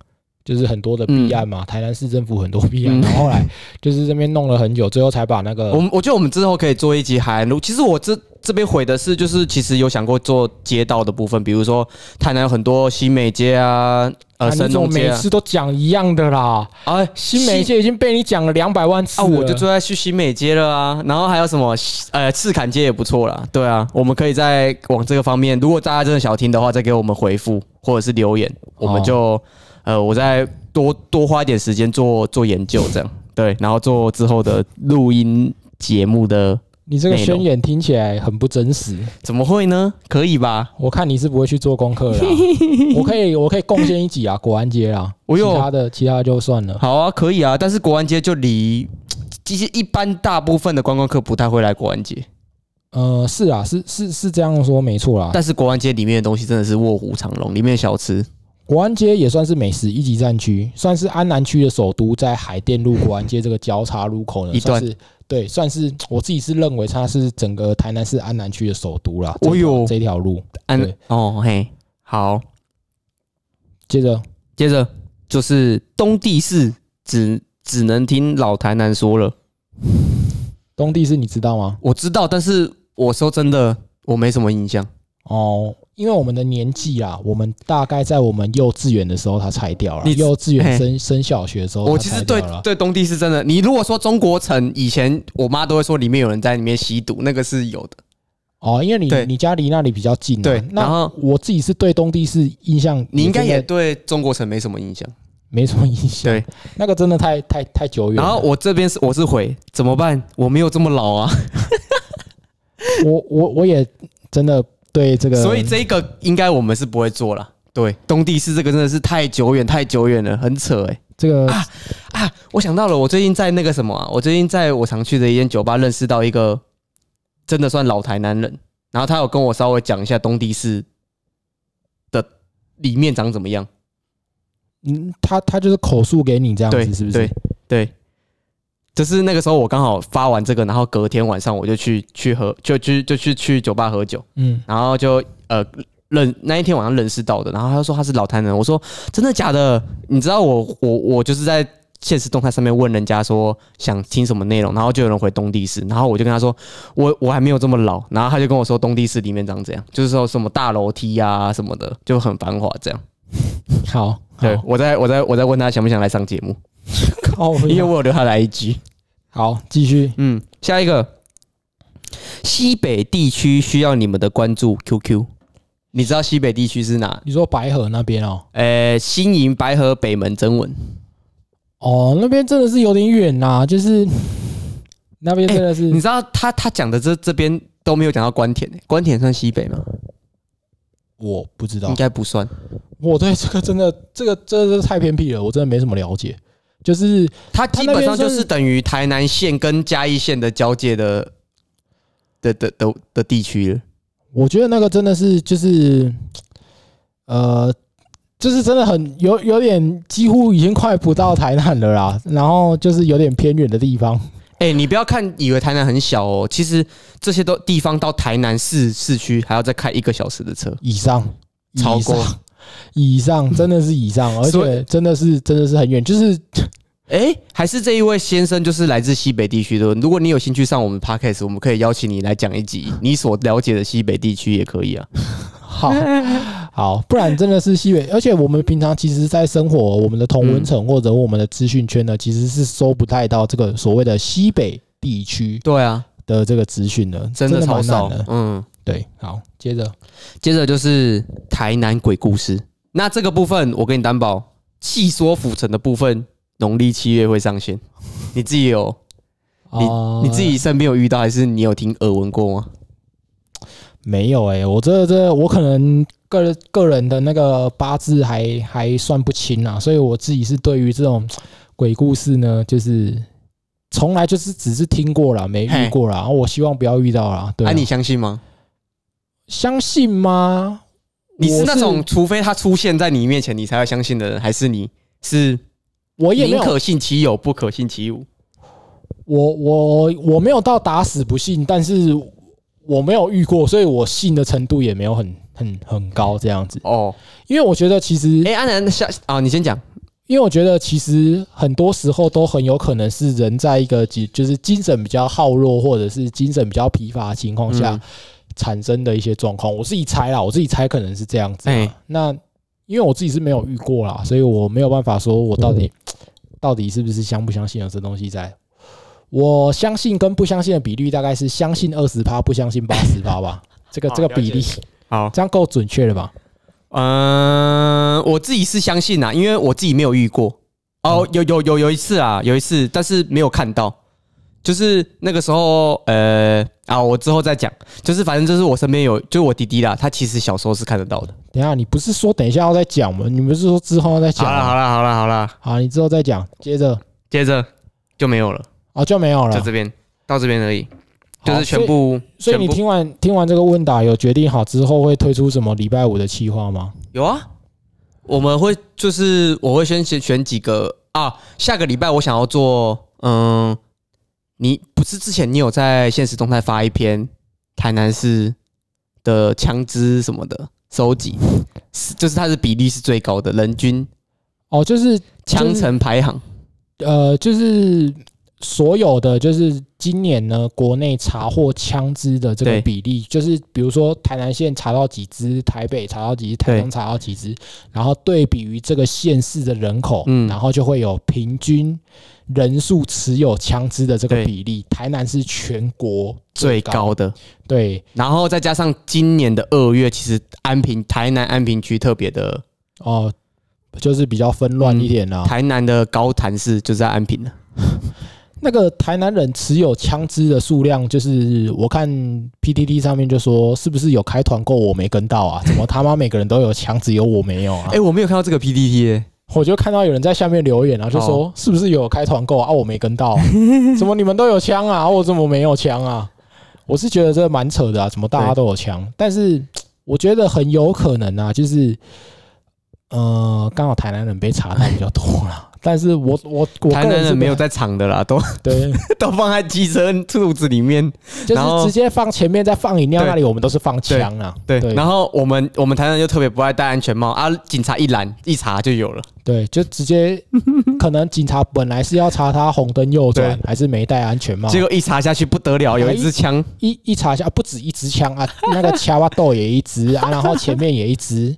Speaker 2: 就是很多的避案嘛，台南市政府很多避案，
Speaker 1: 嗯
Speaker 2: 然后后来就是这边弄了很久，最后才把那个
Speaker 1: 我们我觉得我们之后可以做一集海岸路。其实我这这边回的是，就是其实有想过做街道的部分，比如说台南有很多新美街啊，呃，
Speaker 2: 啊你
Speaker 1: 神
Speaker 2: 怎么
Speaker 1: 农街
Speaker 2: 每
Speaker 1: 啊，
Speaker 2: 次都讲一样的啦？
Speaker 1: 啊，
Speaker 2: 新美界已经被你讲了两百万次
Speaker 1: 啊，
Speaker 2: 了
Speaker 1: 我就住在去新美街了啊，然后还有什么呃赤坎街也不错啦，对啊，我们可以再往这个方面，如果大家真的想听的话，再给我们回复或者是留言，我们就、呃我再多多花一点时间做做研究这样，对，然后做之后的录音节目的，
Speaker 2: 你这个
Speaker 1: 内容
Speaker 2: 宣言听起来很不真实。
Speaker 1: 怎么会呢？可以吧？
Speaker 2: 我看你是不会去做功课的啊、 *laughs* 我可以，我可以贡献一集啊，果安街啊，
Speaker 1: 我有
Speaker 2: 其他的，其他就算了。
Speaker 1: 好啊，可以啊，但是国安街就离其实一般大部分的观光客不太会来国安街，
Speaker 2: 呃，是啊，是是是这样说没错啦。
Speaker 1: 但是国安街里面的东西真的是卧虎藏龙，里面的小吃
Speaker 2: 国安街也算是美食一级战区，算是安南区的首都，在海淀路国安街这个交叉路口呢，
Speaker 1: 一段
Speaker 2: 算是对，算是我自己是认为它是整个台南市安南区的首都啦。
Speaker 1: 哦哟
Speaker 2: 这条这条路，
Speaker 1: 安
Speaker 2: 对
Speaker 1: 哦嘿，好，
Speaker 2: 接着
Speaker 1: 接着就是东地市只只能听老台南说了，
Speaker 2: 东地是你知道吗？
Speaker 1: 我知道，但是我说真的，我没什么印象。
Speaker 2: 哦，因为我们的年纪啊，我们大概在我们幼稚园的时候，它拆掉了。
Speaker 1: 你
Speaker 2: 幼稚
Speaker 1: 嘿
Speaker 2: 园升升小学的时候，
Speaker 1: 我
Speaker 2: 它
Speaker 1: 其
Speaker 2: 哦拆
Speaker 1: 实对
Speaker 2: 掉了
Speaker 1: 对东地市真的，你如果说中国城以前，我妈都会说里面有人在里面吸毒，那个是有的。
Speaker 2: 哦，因为你
Speaker 1: 对
Speaker 2: 你家离那里比较近、啊，
Speaker 1: 对然
Speaker 2: 那
Speaker 1: 后
Speaker 2: 我自己是对东地市印象，
Speaker 1: 你应该也
Speaker 2: 真的
Speaker 1: 对中国城没什么印象。
Speaker 2: 没什么印象。
Speaker 1: 对，
Speaker 2: 那个真的太太太久远了。
Speaker 1: 然后我这边是我是回怎么办？我没有这么老啊，
Speaker 2: 我我我也真的对啊这
Speaker 1: *laughs*
Speaker 2: 个，
Speaker 1: 所以这个应该我们是不会做了。对，东地市这个真的是太久远太久远了，很扯哎、
Speaker 2: 这个
Speaker 1: 啊，我想到了，我最近在那个什么、啊，我最近在我常去的一间酒吧认识到一个真的算老台南人，然后他有跟我稍微讲一下东地市的里面长怎么样，
Speaker 2: 嗯，他他就是口述给你这样
Speaker 1: 对，
Speaker 2: 子，是不
Speaker 1: 对
Speaker 2: 是？
Speaker 1: 对，就是那个时候我刚好发完这个，然后隔天晚上我就去去喝，就去就去去酒吧喝酒，
Speaker 2: 嗯，
Speaker 1: 然后就呃认那一天晚上认识到的，然后他就说他是老台南人，我说真的假的？你知道我我我就是在现实动态上面问人家说想听什么内容，然后就有人回东帝市，然后我就跟他说我我还没有这么老，然后他就跟我说东帝市里面长怎样，就是说什么大楼梯啊什么的，就很繁华这样。
Speaker 2: 好，
Speaker 1: 对
Speaker 2: 好，
Speaker 1: 我在我在我在问他想不想来上节目，
Speaker 2: 靠
Speaker 1: 因为
Speaker 2: 腰
Speaker 1: 我有留他的 IG。
Speaker 2: 好，继续
Speaker 1: 嗯，下一个西北地区需要你们的关注，QQ。你知道西北地区是哪
Speaker 2: 你说白河那边哦，
Speaker 1: 呃，新营、白河、北门、征文，
Speaker 2: 哦，那边真的是有点远呐、就是那边真的是、
Speaker 1: 哎你知道他他讲的这这边都没有讲到关田、欸，关田算西北吗？
Speaker 2: 我不知道
Speaker 1: 应，该不算。
Speaker 2: 我对这个真的，这个这个真的太偏僻了，我真的没什么了解。就是
Speaker 1: 它基本上
Speaker 2: 他那边
Speaker 1: 就
Speaker 2: 算
Speaker 1: 是
Speaker 2: 是
Speaker 1: 等于台南县跟嘉义县的交界的的的的的地区了。
Speaker 2: 我觉得那个真的是就是，呃，就是真的很有有点几乎已经快不到台南了啦，然后就是有点偏远的地方。
Speaker 1: 哎、你不要看以为台南很小哦，其实这些都地方到台南市市区还要再开一个小时的车，
Speaker 2: 以上，
Speaker 1: 超
Speaker 2: 以
Speaker 1: 过
Speaker 2: 上，以上，真的是以上，而
Speaker 1: 所
Speaker 2: 且真的是真的是很远，就是
Speaker 1: 哎、还是这一位先生就是来自西北地区的。如果你有兴趣上我们 podcast，我们可以邀请你来讲一集你所了解的西北地区也可以啊。
Speaker 2: 好好，不然真的是西北。而且我们平常其实，在生活我们的同
Speaker 1: 嗯
Speaker 2: 文层或者我们的资讯圈呢，其实是收不太到这个所谓的西北地区
Speaker 1: 对啊，
Speaker 2: 的这个资讯的，
Speaker 1: 真
Speaker 2: 真
Speaker 1: 的超
Speaker 2: 蛮
Speaker 1: 少
Speaker 2: 难的。。
Speaker 1: 嗯，
Speaker 2: 对，好，接着
Speaker 1: 接着就是台南鬼故事。那这个部分，我跟你担保，细说府城的部分，农历七月会上线。你自己有，
Speaker 2: 啊
Speaker 1: 你自己身边有遇到，还是你有听耳闻过吗？
Speaker 2: 没有哎、我这这我可能个个人的那个八字还还算不清啊，所以我自己是对于这种鬼故事呢，就是从来就是只是听过啦，没遇
Speaker 1: 嘿
Speaker 2: 过啦。我希望不要遇到啦。对
Speaker 1: 哎、
Speaker 2: 啊，
Speaker 1: 你相信吗？
Speaker 2: 相信吗？
Speaker 1: 你是
Speaker 2: 我
Speaker 1: 那种除非他出现在你面前，你才会相信的人，还是你是
Speaker 2: 我也没
Speaker 1: 宁
Speaker 2: 有，
Speaker 1: 可信其哎有，不可信其无？
Speaker 2: 我我我没有到打死不信，但是我没有遇过，所以我信的程度也没有很很很高这样子。
Speaker 1: 哦，
Speaker 2: 因为我觉得其实
Speaker 1: 哎、安南下啊，你先讲。
Speaker 2: 因为我觉得其实很多时候都很有可能是人在一个精就是精神比较耗弱或者是精神比较疲乏的情况下
Speaker 1: 嗯
Speaker 2: 产生的一些状况。我自己猜啦，我自己猜可能是这样子啊、
Speaker 1: 哎
Speaker 2: 那因为我自己是没有遇过啦，所以我没有办法说我到底、
Speaker 1: 嗯
Speaker 2: 到底是不是相不相信有这东西在。我相信跟不相信的比率大概是相信二十趴，不相信八十趴吧。这个
Speaker 1: 好
Speaker 2: 这个比
Speaker 1: 哦
Speaker 2: 例
Speaker 1: 了好，
Speaker 2: 这样够准确了吧？
Speaker 1: 嗯、我自己是相信啊，因为我自己没有遇过。哦，有有有有一次啊，有一次，但是没有看到，就是那个时候，呃，啊，我之后再讲。就是反正就是我身边有，就是我弟弟啦，他其实小时候是看得到的。
Speaker 2: 等一下你不是说等一下要再讲吗？你不是说之后要再讲
Speaker 1: 好了
Speaker 2: 吗？
Speaker 1: 好了好了好了，
Speaker 2: 好，你之后再讲。接着
Speaker 1: 接着就没有了，
Speaker 2: 啊，就没有了
Speaker 1: 就。这边到这边而已，
Speaker 2: 好
Speaker 1: 就是全部。
Speaker 2: 所以。所以你
Speaker 1: 全部
Speaker 2: 听完听完这个问答，有决定好之后会推出什么礼拜五的企划吗？
Speaker 1: 有啊，我们会就是我会先选选几个啊，下个礼拜我想要做，嗯，你不是之前你有在现实动态发一篇台南市的枪支什么的收集，是就是它的比例是最高的，人均
Speaker 2: 哦，就是
Speaker 1: 枪城排行，
Speaker 2: 呃，就是所有的就是今年呢，国内查获枪支的这个
Speaker 1: 对
Speaker 2: 比例，就是比如说台南县查到几支，台北查到几支，台中查到几支，然后对比于这个县市的人口，
Speaker 1: 嗯
Speaker 2: 然后就会有平均人数持有枪支的这个
Speaker 1: 对
Speaker 2: 比例。台南是全国
Speaker 1: 最高的，
Speaker 2: 对
Speaker 1: 然后再加上今年的二月，其实安平台南安平区特别的，
Speaker 2: 哦、就是比较纷乱一点啊啦、
Speaker 1: 嗯台南的高潭市就是在安平的，
Speaker 2: 那个台南人持有枪支的数量，就是我看 PTT 上面就说，是不是有开团购我没跟到啊？怎么他妈每个人都有枪，只有我没有啊
Speaker 1: 哎、？我没有看到这个 PPT，、欸、
Speaker 2: 我就看到有人在下面留言啊，就
Speaker 1: 哦
Speaker 2: 说是不是有开团购啊？啊我没跟到、
Speaker 1: *laughs*
Speaker 2: 啊，怎么你们都有枪啊？啊我怎么没有枪啊？我是觉得这蛮扯的啊，怎么大家都有枪？但是我觉得很有可能啊，就是呃，刚好台南人被查到比较多
Speaker 1: *laughs*
Speaker 2: 啦。但是我我我
Speaker 1: 台
Speaker 2: 个
Speaker 1: 南
Speaker 2: 是
Speaker 1: 人没有
Speaker 2: 不
Speaker 1: 在场的啦，都
Speaker 2: 对。
Speaker 1: *laughs* 都放在机车肚子里面。*laughs*
Speaker 2: 就
Speaker 1: 然
Speaker 2: 是
Speaker 1: 后
Speaker 2: 直接放前面，再放饮料那里，我们都是放枪啊。
Speaker 1: 对，
Speaker 2: 对
Speaker 1: 然后我们我们台南人就特别不爱戴安全帽啊，警察一拦一查就有了。
Speaker 2: 对，就直接可能警察本来是要查他红灯右转，还是没戴安全帽，啊
Speaker 1: 结果一查下去不得了，
Speaker 2: 哎
Speaker 1: 有一支枪，
Speaker 2: 一一查一下，啊不止一支枪啊，那个卡哇豆也一支啊，然后前面也一支，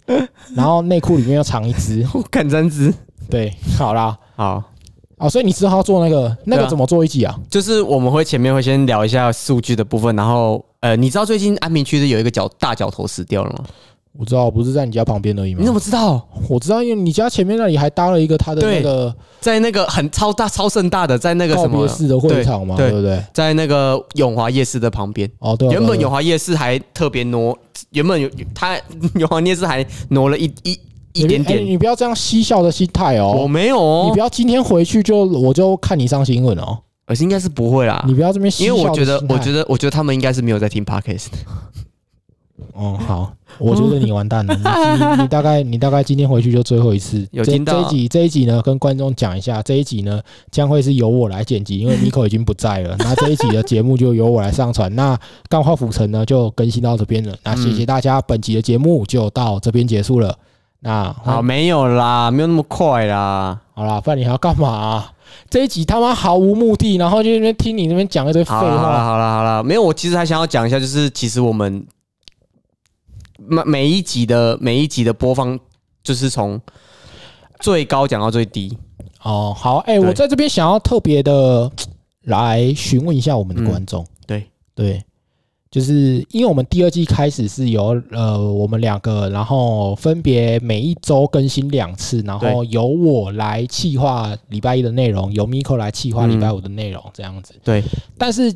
Speaker 2: 然后内裤里面又藏一支。
Speaker 1: 我看三支。
Speaker 2: 对，好啦，
Speaker 1: 好，
Speaker 2: 啊，所以你之后要做那个那
Speaker 1: 对
Speaker 2: 个
Speaker 1: 啊
Speaker 2: 怎么做一集啊？
Speaker 1: 就是我们会前面会先聊一下数据的部分，然后呃，你知道最近安平区的有一个角大角头死掉了吗？
Speaker 2: 我知道，不是在你家旁边而已吗
Speaker 1: 你怎？么知道？
Speaker 2: 我知道，因为你家前面那里还搭了一个他的那
Speaker 1: 对
Speaker 2: 个
Speaker 1: 在那个很超大超盛大的，在那个
Speaker 2: 告
Speaker 1: 什
Speaker 2: 别
Speaker 1: 么，
Speaker 2: 式的会场嘛，
Speaker 1: 对
Speaker 2: 对不对？
Speaker 1: 在那个永华夜市的旁边。
Speaker 2: 哦，对啊，
Speaker 1: 原
Speaker 2: 对啊
Speaker 1: 本
Speaker 2: 对啊
Speaker 1: 永华夜市还特别挪，原本有他 *laughs* 永华夜市还挪了一一一点
Speaker 2: 哎你
Speaker 1: 点。
Speaker 2: 你不要这样嬉笑的心态
Speaker 1: 我
Speaker 2: 哦。
Speaker 1: 没有哦，
Speaker 2: 你不要今天回去就我就看你上新闻哦，
Speaker 1: 而呃是应该是不会啦
Speaker 2: 你，不要这边嬉
Speaker 1: 啊因为
Speaker 2: 笑
Speaker 1: 我觉得，我觉
Speaker 2: 得，
Speaker 1: 得，我觉得他们应该是没有在听 podcast。
Speaker 2: 哦，好，我觉得你完蛋了，你你你大概你大概今天回去就最后一次。
Speaker 1: 有
Speaker 2: 这
Speaker 1: 听到啊
Speaker 2: 这一集这一集呢，跟观众讲一下，这一集呢将会是由我来剪辑，因为 Nico 已经不在了，那这一集的节目就由我来上传。那干化浮城呢就更新到这边了，那谢谢大家，本集的节目就到这边结束了。那
Speaker 1: 好，没有啦，没有那么快啦。
Speaker 2: 好啦，不然你还要干嘛啊、这一集他妈毫无目的，然后就在那边听你那边讲一堆废
Speaker 1: 好啦，好啦，
Speaker 2: 话。
Speaker 1: 好啦，好啦，没有。我其实还想要讲一下，就是其实我们每每一集的每一集的播放，就是从最高讲到最低。
Speaker 2: 哦，好，哎、
Speaker 1: 对
Speaker 2: 我在这边想要特别的来询问一下我们的
Speaker 1: 嗯
Speaker 2: 观众、
Speaker 1: 对
Speaker 2: 对，就是因为我们第二季开始是由呃我们两个，然后分别每一周更新两次，然后
Speaker 1: 对
Speaker 2: 由我来企划礼拜一的内容，由 Miko 来企划礼拜五的内容，这样子。
Speaker 1: 对，
Speaker 2: 但是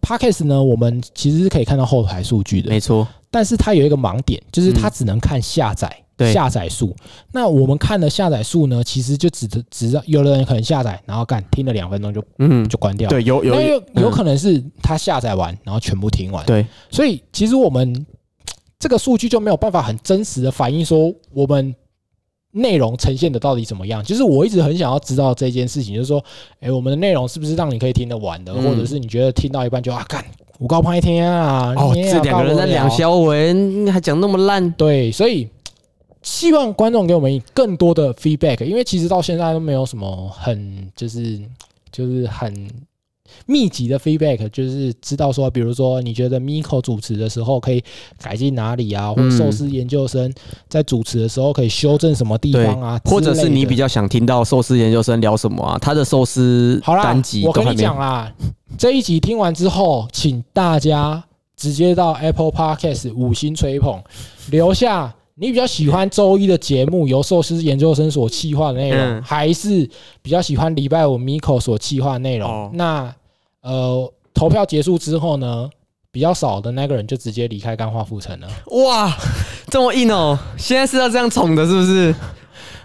Speaker 2: Podcast 呢，我们其实是可以看到后台数据的，
Speaker 1: 没错，
Speaker 2: 但是它有一个盲点，就是它只能看下载、
Speaker 1: 嗯对
Speaker 2: 下载数。那我们看的下载数呢，其实就只只让有的人可能下载，然后干听了两分钟就
Speaker 1: 嗯，
Speaker 2: 就关掉。，
Speaker 1: 对，有
Speaker 2: 那
Speaker 1: 有
Speaker 2: 有有
Speaker 1: 嗯
Speaker 2: 可能是他下载完，然后全部听完。
Speaker 1: 对，
Speaker 2: 所以其实我们这个数据就没有办法很真实的反映说我们内容呈现的到底怎么样。就是我一直很想要知道这件事情，就是说，诶，我们的内容是不是让你可以听得完的，
Speaker 1: 嗯
Speaker 2: 或者是你觉得听到一半就啊干五高拍天啊，
Speaker 1: 哦，
Speaker 2: 你也
Speaker 1: 这两个人在两
Speaker 2: 搞不了。
Speaker 1: 肖文还讲那么烂，
Speaker 2: 对，所以。希望观众给我们更多的 feedback，因为其实到现在都没有什么很就是就是很密集的 feedback，就是知道说，比如说你觉得 Miko 主持的时候可以改进哪里啊，或者
Speaker 1: 嗯
Speaker 2: 寿司研究生在主持的时候可以修正什么地方啊，
Speaker 1: 或者是你比
Speaker 2: 较
Speaker 1: 较想听到寿司研究生聊什么啊？他的寿司
Speaker 2: 好啦
Speaker 1: 单集，
Speaker 2: 我
Speaker 1: 都
Speaker 2: 跟
Speaker 1: 还
Speaker 2: 你
Speaker 1: 没
Speaker 2: 讲啦，这一集听完之后，请大家直接到 Apple Podcast 五星吹捧，留下。你比较喜欢周一的节目由寿司研究生所企划的内容，
Speaker 1: 嗯
Speaker 2: 还是比较喜欢礼拜五 Miko 所企划的内容？
Speaker 1: 哦
Speaker 2: 那呃，投票结束之后呢，比较少的那个人就直接离开干化浮城了。
Speaker 1: 哇，这么硬哦！现在是要这样宠的，是不是？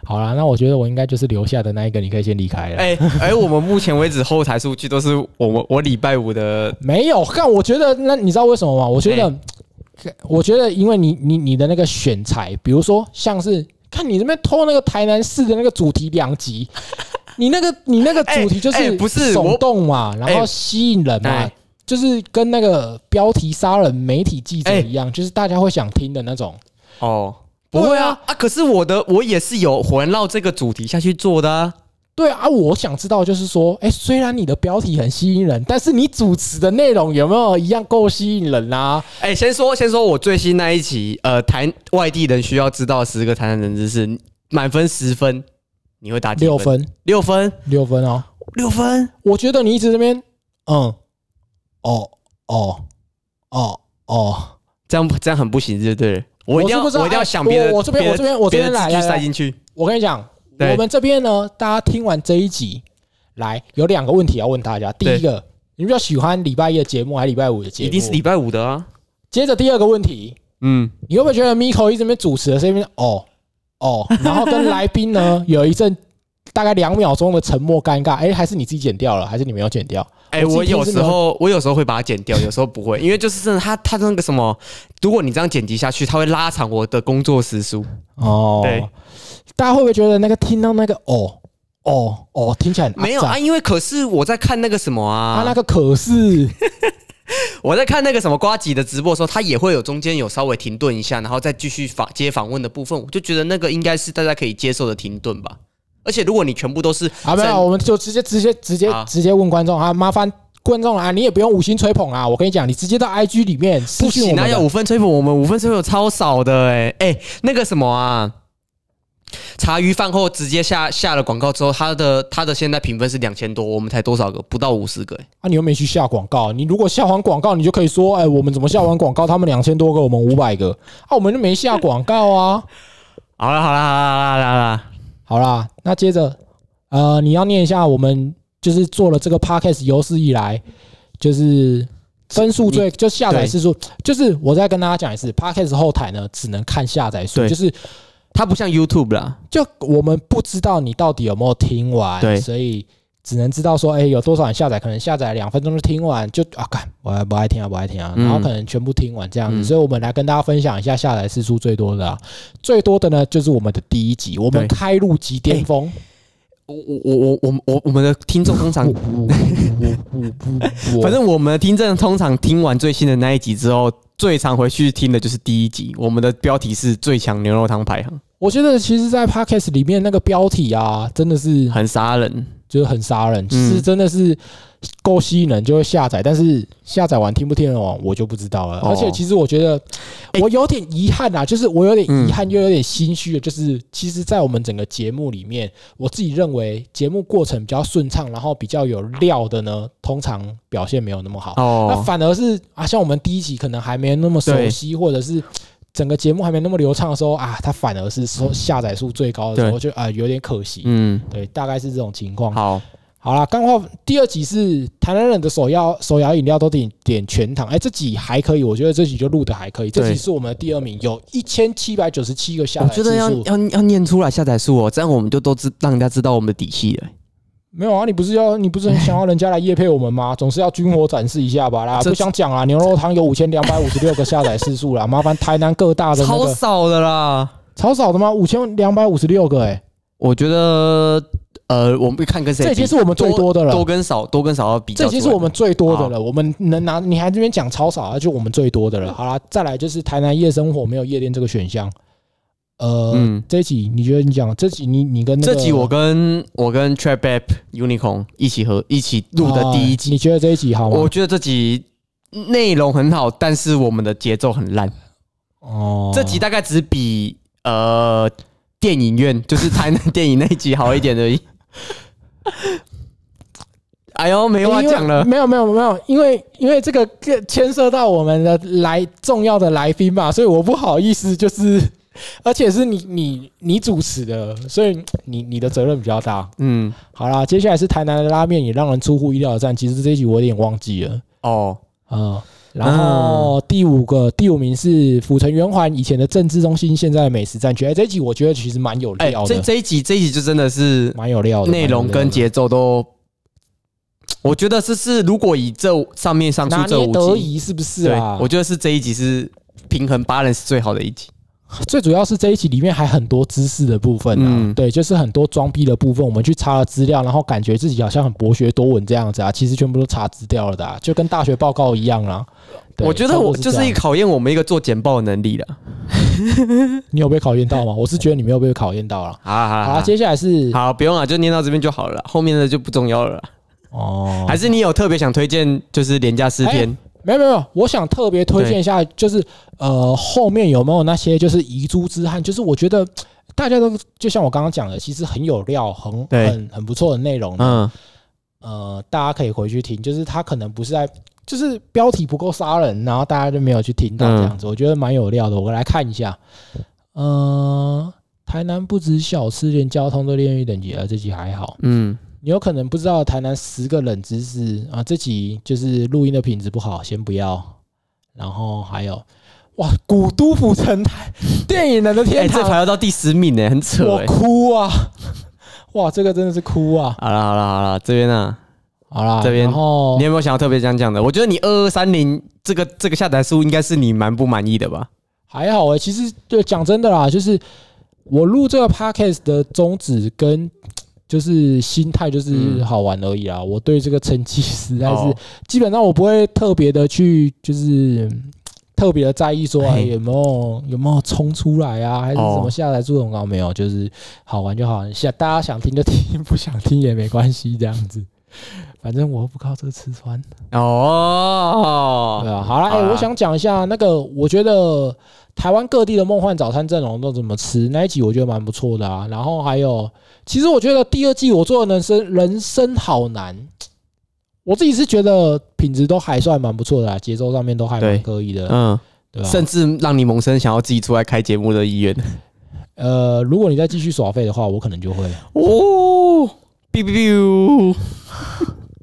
Speaker 2: 好啦，那我觉得我应该就是留下的那一个，你可以先离开了。
Speaker 1: 哎哎，我们目前为止后台数据都是我们我礼拜五的，
Speaker 2: 没有，看，我觉得那你知道为什么吗？我觉得，
Speaker 1: 哎
Speaker 2: 我觉得因为你你你的那个选材，比如说像是看你这边偷那个台南市的那个主题两
Speaker 1: *laughs*
Speaker 2: 集，你那个你那个主题就是、
Speaker 1: 哎哎不是我
Speaker 2: 耸动嘛，然后
Speaker 1: 哎
Speaker 2: 吸引人嘛。
Speaker 1: 哎
Speaker 2: 就是跟那个标题杀人媒体记者一样，
Speaker 1: 哎
Speaker 2: 就是大家会想听的那种。
Speaker 1: 哦，不会
Speaker 2: 对
Speaker 1: 啊
Speaker 2: 啊
Speaker 1: 啊！可是我的我也是有环绕这个主题下去做的啊。
Speaker 2: 对啊，啊我想知道就是说，哎、虽然你的标题很吸引人，但是你主持的内容有没有一样够吸引人啊？
Speaker 1: 哎、先说先说我最新那一期，呃，台外地人需要知道十个台南人知识，满分十分，你会打几
Speaker 2: 六分，
Speaker 1: 六分，
Speaker 2: 六分哦。
Speaker 1: 六分，
Speaker 2: 我觉得你一直这边，嗯，哦哦哦哦，
Speaker 1: 这样这样很不行，对不对？我一定要
Speaker 2: 我是不知道
Speaker 1: 一定要想
Speaker 2: 哎
Speaker 1: 别的，
Speaker 2: 我我这边
Speaker 1: 别的
Speaker 2: 我这边我这边
Speaker 1: 别的
Speaker 2: 来
Speaker 1: 字句
Speaker 2: 来来
Speaker 1: 塞进去。
Speaker 2: 我跟你讲，
Speaker 1: 对
Speaker 2: 我们这边呢，大家听完这一集，来有两个问题要问大家。第一个，你比较喜欢礼拜一的节目还是礼拜五的节目？
Speaker 1: 一定是礼拜五的啊。
Speaker 2: 接着第二个问题，
Speaker 1: 嗯，
Speaker 2: 你会不会觉得 Miko 一直在那边主持的是因为哦哦， *laughs* 然后跟来宾呢有一阵大概两秒钟的沉默尴尬？哎、还是你自己剪掉了，还是你没有剪掉？
Speaker 1: 哎、
Speaker 2: 我自己
Speaker 1: 我有
Speaker 2: 听是
Speaker 1: 时候我有时候会把它剪掉，有时候不会，因为就是真的，它它那个什么，如果你这样剪辑下去，它会拉长我的工作时数。
Speaker 2: 哦，
Speaker 1: 对，
Speaker 2: 大家会不会觉得那个听到那个哦哦哦，听起来很阿
Speaker 1: 没有
Speaker 2: 杂
Speaker 1: 啊，因为可是我在看那个什么啊，
Speaker 2: 啊？那个可
Speaker 1: *laughs*
Speaker 2: 是
Speaker 1: 我在看那个什么瓜吉的直播的时候，他也会有中间有稍微停顿一下，然后再继续访接访问的部分，我就觉得那个应该是大家可以接受的停顿吧。而且如果你全部都是
Speaker 2: 啊，没
Speaker 1: 在
Speaker 2: 有，我们就直接直接直接
Speaker 1: 啊
Speaker 2: 直接问观众啊，麻烦观众啊，你也不用五星吹捧啊，我跟你讲，你直接到 IG 里面私
Speaker 1: 不
Speaker 2: 信我
Speaker 1: 行啊，
Speaker 2: 们
Speaker 1: 要
Speaker 2: 的
Speaker 1: 五分吹捧，我们五分吹捧超少的哎、欸、哎、那个什么啊，茶余饭后直接下下了广告之后，他的他的现在评分是两千多，我们才多少个？不到五十个、欸，
Speaker 2: 啊，你又没去下广告，你如果下完广告，你就可以说，哎，我们怎么下完广告，他们两千多个，我们五百个啊，我们就没下广告啊。
Speaker 1: 好了好了好了好了好了，
Speaker 2: 好啦，那接着，呃，你要念一下我们就是做了这个 podcast 有史以来，就是分数最就下载次数，就是我再跟大家讲一次，podcast 后台呢只能看下载数，
Speaker 1: 对
Speaker 2: 就是
Speaker 1: 它不像 YouTube 啦，
Speaker 2: 就我们不知道你到底有没有听完，
Speaker 1: 对
Speaker 2: 所以只能知道说，哎、有多少人下载，可能下载两分钟就听完，就啊，干，我不爱听啊，不爱听啊，
Speaker 1: 嗯
Speaker 2: 然后可能全部听完这样子，
Speaker 1: 嗯
Speaker 2: 所以我们来跟大家分享一下下载次数最多的、啊，最多的呢就是我们的第一集，我们
Speaker 1: 对
Speaker 2: 开录集巅峰。
Speaker 1: 我我我我我我们的听众通常
Speaker 2: 不不 *laughs* 不不不，
Speaker 1: 反正我们的听众通常听完最新的那一集之后，最常回去听的就是第一集。我们的标题是“最强牛肉汤排行
Speaker 2: 我觉得其实，在 podcast 里面那个标题啊，真的”，是
Speaker 1: 很杀人。
Speaker 2: 就是很杀人，其实真的是够吸引人就会下载，但是下载完听不听得完，我就不知道了。
Speaker 1: 哦
Speaker 2: 而且其实我觉得
Speaker 1: 哎
Speaker 2: 我有点遗憾啊，就是我有点遗憾又有点心虚的，就是其实，在我们整个节目里面，我自己认为节目过程比较顺畅，然后比较有料的呢，通常表现没有那么好。那
Speaker 1: 哦，
Speaker 2: 反而是啊，像我们第一集可能还没那么熟悉，或者是整个节目还没那么流畅的时候啊，它反而是说下载数最高的时候，就啊、有点可惜。
Speaker 1: 嗯，
Speaker 2: 对，大概是这种情况。
Speaker 1: 好，
Speaker 2: 好啦，干话第二集是台南人的手摇手摇饮料都点点全糖，哎、这集还可以，我觉得这集就录的还可以。这集
Speaker 1: 对
Speaker 2: 是我们的第二名，有一千七百九十七个下
Speaker 1: 我
Speaker 2: 载
Speaker 1: 觉
Speaker 2: 次
Speaker 1: 得要
Speaker 2: 数。
Speaker 1: 要要念出来下载数哦，这样我们就都知让人家知道我们的底细了。
Speaker 2: 没有啊，你不是要你不是很想要人家来夜配我们吗？总是要军火展示一下吧啦，
Speaker 1: 嗯这
Speaker 2: 不想讲啊，牛肉汤有五千两百五十六个下载次数啦，麻烦台南各大的那
Speaker 1: 超
Speaker 2: 个
Speaker 1: 少的啦。
Speaker 2: 超少的吗？五千两百五十六个、哎，
Speaker 1: 我觉得，呃，我们看跟谁比，
Speaker 2: 这已经是我们最多的了
Speaker 1: 多跟少，多跟少要比较
Speaker 2: 这已
Speaker 1: 出来。
Speaker 2: 经是我们最多的
Speaker 1: 好
Speaker 2: 了。我们能拿你还这边讲超少啊，就我们最多的
Speaker 1: 嗯
Speaker 2: 了。好啦，再来就是台南夜生活没有夜店这个选项。呃，
Speaker 1: 嗯
Speaker 2: 这一集你觉得你讲这集你你跟、那个、
Speaker 1: 这集我跟我跟 Trap App Unicorn 一起合一起录的第一
Speaker 2: 啊你
Speaker 1: 集，
Speaker 2: 觉得这一集好
Speaker 1: 我
Speaker 2: 吗？
Speaker 1: 觉得这集内容很好，但是我们的节奏很烂。
Speaker 2: 哦，
Speaker 1: 这集大概只比呃电影院，就是台南电影那一集好一点而已。 *laughs* 哎呦，没话讲
Speaker 2: 因为
Speaker 1: 了。
Speaker 2: 没有没有没有，因为因为这个 *laughs* 个牵涉到我们的来重要的来宾嘛，所以我不好意思，就是而且是你你你主持的，所以你你的责任比较大。
Speaker 1: 嗯，
Speaker 2: 好啦，接下来是台南的拉面，也让人出乎意料的赞。其实这一集我有点忘记了，
Speaker 1: 哦，
Speaker 2: 嗯。然后
Speaker 1: 嗯
Speaker 2: 第五个第五名是府城圆环以前的政治中心，现在的美食战区。哎，这一集我觉得其实蛮有
Speaker 1: 哎、
Speaker 2: 料的，
Speaker 1: 这这一集这一集就真的是
Speaker 2: 蛮有料的，
Speaker 1: 内容跟节奏都，我觉得是是，如果以这上面上述
Speaker 2: 拿
Speaker 1: 这
Speaker 2: 捏
Speaker 1: 五
Speaker 2: 得
Speaker 1: 集，
Speaker 2: 宜是不是
Speaker 1: 对
Speaker 2: 啊？，
Speaker 1: 我觉得是这一集是平衡 balance 最好的一集。
Speaker 2: 最主要是这一集里面还很多知识的部分啊，
Speaker 1: 嗯
Speaker 2: 对，就是很多装逼的部分，我们去查了资料，然后感觉自己好像很博学多闻这样子啊，其实全部都查资料了的、啊，就跟大学报告一样啊。对
Speaker 1: 我觉得
Speaker 2: 差不多
Speaker 1: 我就是
Speaker 2: 这
Speaker 1: 一
Speaker 2: 样啊
Speaker 1: 个考验我们一个做简报的能力了。
Speaker 2: 你有被考
Speaker 1: *laughs*
Speaker 2: 验到吗？我是觉得你没有被考验到啦。
Speaker 1: 好啊好
Speaker 2: 好啊
Speaker 1: 好
Speaker 2: 啦，接下来是
Speaker 1: 好，不用啊了，就念到这边就好了啦，后面的就不重要了啦。
Speaker 2: 哦，
Speaker 1: 还是你有特别想推荐，就是廉价四天？
Speaker 2: 没有没有没有，我想特别推荐一下，就是呃，后面有没有那些就是遗珠之憾？就是我觉得大家都就像我刚刚讲的，其实很有料，很
Speaker 1: 对
Speaker 2: 很很不错的内容。
Speaker 1: 嗯，
Speaker 2: 呃，大家可以回去听，就是他可能不是在，就是标题不够杀人，然后大家就没有去听到
Speaker 1: 嗯
Speaker 2: 这样子，我觉得蛮有料的。我来看一下，呃，台南不止小吃，连交通都炼狱等级了，这集还好。
Speaker 1: 嗯，
Speaker 2: 你有可能不知道台南十个冷知识啊，这集就是录音的品质不好，先不要。然后还有，哇，古都府
Speaker 1: *laughs*
Speaker 2: 城台电影人的
Speaker 1: 哎、
Speaker 2: 天
Speaker 1: 这
Speaker 2: 堂，
Speaker 1: 排要到第十名呢、很扯
Speaker 2: 我
Speaker 1: 哎、
Speaker 2: 哭啊！ *laughs* 哇，这个真的是哭啊！
Speaker 1: 好了好了好了，这边啊，
Speaker 2: 好啦，
Speaker 1: 这边
Speaker 2: 然后
Speaker 1: 你有没有想要特别讲讲的？我觉得你二二三零这个这个下载数应该是你蛮不满意的吧？
Speaker 2: 还好哎、其实对讲真的啦，就是我录这个 podcast 的宗旨跟就是心态就是
Speaker 1: 嗯
Speaker 2: 好玩而已啦。我对这个成绩 *laughs* 实在是、
Speaker 1: 哦
Speaker 2: 基本上我不会特别的去就是嗯特别的在意说、哎、
Speaker 1: 嘿
Speaker 2: 有没有有没有冲出来啊，还是
Speaker 1: 哦
Speaker 2: 什么下载数很高没有，就是好玩就好玩，想大家想听就听， *laughs* 不想听也没关系这样子。反正我又不靠这个吃穿。啊对
Speaker 1: 哦，
Speaker 2: 啊，好啦，哎、
Speaker 1: 好啦
Speaker 2: 我想讲一下那个，我觉得台湾各地的梦幻早餐阵容都怎么吃那一集，我觉得蛮不错的啊。然后还有，其实我觉得第二季我做的人生人生好难，我自己是觉得品质都还算蛮不错的啊，节奏上面都还
Speaker 1: 对
Speaker 2: 蛮可以的，
Speaker 1: 嗯，
Speaker 2: 对吧、
Speaker 1: 甚至让你萌生想要自己出来开节目的意愿。
Speaker 2: 呃，如果你再继续耍废的话，我可能就会
Speaker 1: 哦，biu biu，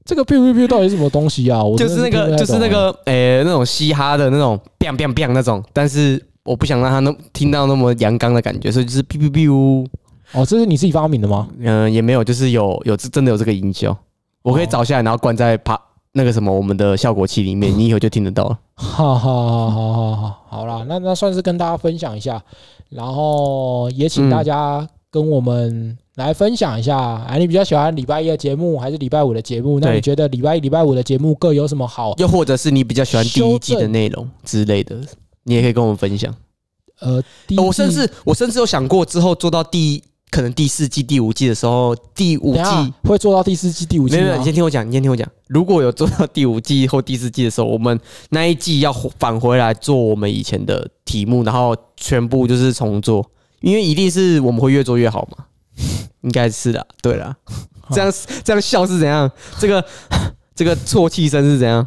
Speaker 2: 这个 biu biu biu 到底是什么东西啊？我
Speaker 1: 就
Speaker 2: 真
Speaker 1: 是
Speaker 2: 的
Speaker 1: 那个
Speaker 2: 听不太
Speaker 1: 就是
Speaker 2: 懂
Speaker 1: 那
Speaker 2: 欸
Speaker 1: 个诶、那种嘻哈的那种 biang biang biang 那种，但是我不想让他那听到那么阳刚的感觉，所以就是 biu biu biu。
Speaker 2: 哦，这是你自己发明的吗？
Speaker 1: 嗯、也没有，就是有有真的有这个音效，我可以找下来，然后关在啪那个什么我们的效果器里 *laughs* 面，你以后就听得到了。
Speaker 2: 好好好好好好，好啦，那那算是跟大家分享一下，然后也请大家跟我们来分享一下，哎、你比较喜欢礼拜一的节目还是礼拜五的节目？那
Speaker 1: 对
Speaker 2: 你觉得礼拜一、礼拜五的节目各有什么好？
Speaker 1: 又或者是你比较喜欢第一季
Speaker 2: 修
Speaker 1: 的
Speaker 2: 正
Speaker 1: 内容之类的，你也可以跟我们分享。
Speaker 2: 呃，第一
Speaker 1: 哦我甚
Speaker 2: 季
Speaker 1: 至我甚至有想过之后做到第可能第四季、第五季的时候，第五
Speaker 2: 等一
Speaker 1: 季
Speaker 2: 下会做到第四季、第五季
Speaker 1: 没有没有，
Speaker 2: 吗
Speaker 1: 你？先听我讲，你先听我讲。如果有做到第五季或第四季的时候，我们那一季要返回来做我们以前的题目，然后全部就是重做，因为一定是我们会越做越好嘛， *laughs* 应该是的，对啦。这样这样笑是怎样？这个这个啜泣声是怎样？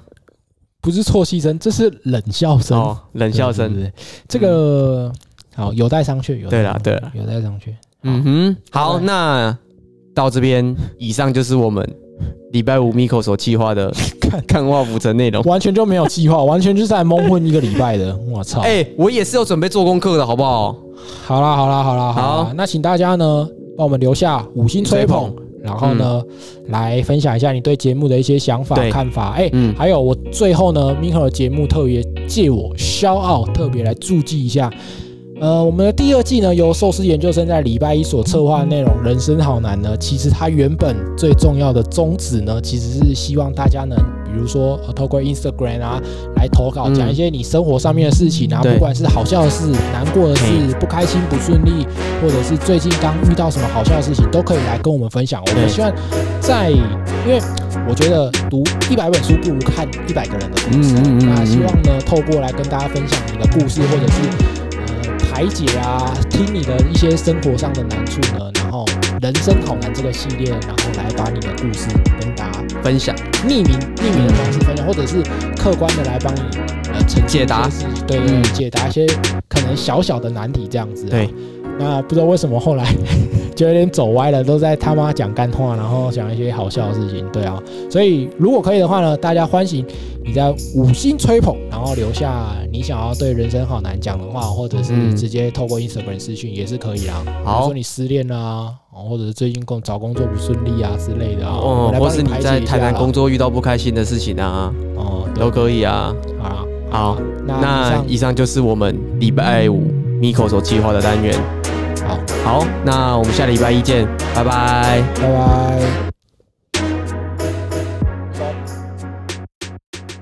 Speaker 2: 不是错戏声，这是冷笑声，
Speaker 1: 哦，冷笑
Speaker 2: 对对
Speaker 1: 声。嗯
Speaker 2: 对这个、好有待商榷，有待
Speaker 1: 对啦
Speaker 2: 商榷
Speaker 1: 对啦
Speaker 2: 有待商榷。
Speaker 1: 嗯哼，好，
Speaker 2: 对
Speaker 1: 那到这边，以上就是我们礼拜五 Miko 所计划
Speaker 2: *laughs*
Speaker 1: 的看看化浮城内容。
Speaker 2: 完全就没有计划，完全就是在蒙混一个礼拜的。我操！
Speaker 1: 哎、我也是有准备做功课的，好不好？
Speaker 2: 好啦，好啦，好啦，好啦。
Speaker 1: 好
Speaker 2: 那请大家呢，帮我们留下五星吹捧，然后呢，来分享一下你对节目的一些想法、
Speaker 1: 对
Speaker 2: 看法。哎、
Speaker 1: 嗯
Speaker 2: 还有我最后呢，Miko 的节目特别借我骄傲，特别来注记一下。呃，我们的第二季呢，由寿司研究生在礼拜一所策划的内容《人生好难》呢，其实它原本最重要的宗旨呢，其实是希望大家能，比如说呃，透过 Instagram 啊来投稿，
Speaker 1: 嗯
Speaker 2: 讲一些你生活上面的事情啊，
Speaker 1: 对
Speaker 2: 不管是好笑的事、难过的事、不开心、不顺利，或者是最近刚遇到什么好笑的事情，都可以来跟我们分享。我们
Speaker 1: 对
Speaker 2: 希望在，因为我觉得读一百本书不如看一百个人的故事啊，
Speaker 1: 嗯嗯嗯嗯
Speaker 2: 那希望呢，透过来跟大家分享你的故事，或者是呃排解啊，听你的一些生活上的难处呢，然后人生好难这个系列，然后来把你的故事跟大家
Speaker 1: 分享，
Speaker 2: 匿名匿名的方式分享，或者是客观的来帮你呃澄清一些
Speaker 1: 解答
Speaker 2: 事情，对对
Speaker 1: 嗯
Speaker 2: 对，解答一些可能小小的难题这样子、啊
Speaker 1: 对，
Speaker 2: 那不知道为什么后来 *laughs* 就有点走歪了，都在他妈讲干话，然后讲一些好笑的事情，对啊。所以如果可以的话呢，大家欢迎你在五星吹捧，然后留下你想要对人生好难讲的话，或者是
Speaker 1: 嗯
Speaker 2: 直接透过 Instagram 私讯也是可以啦。比如
Speaker 1: 好
Speaker 2: 说你失恋啊，哦或者是最近工找工作不顺利啊之类的啊，我
Speaker 1: 哦
Speaker 2: 们来，
Speaker 1: 或
Speaker 2: 帮
Speaker 1: 是
Speaker 2: 你
Speaker 1: 你
Speaker 2: 排
Speaker 1: 在
Speaker 2: 解一
Speaker 1: 台
Speaker 2: 下
Speaker 1: 南
Speaker 2: 啦
Speaker 1: 工作遇到不开心的事情啊，
Speaker 2: 哦，
Speaker 1: 都
Speaker 2: 对，
Speaker 1: 可以啊。
Speaker 2: 好啦，
Speaker 1: 好，
Speaker 2: 那
Speaker 1: 那
Speaker 2: 以
Speaker 1: 以上就是我们礼拜五 Miko 所计划的单元。
Speaker 2: 上好，
Speaker 1: 好，那我们下礼拜一见，拜拜。
Speaker 2: 拜拜。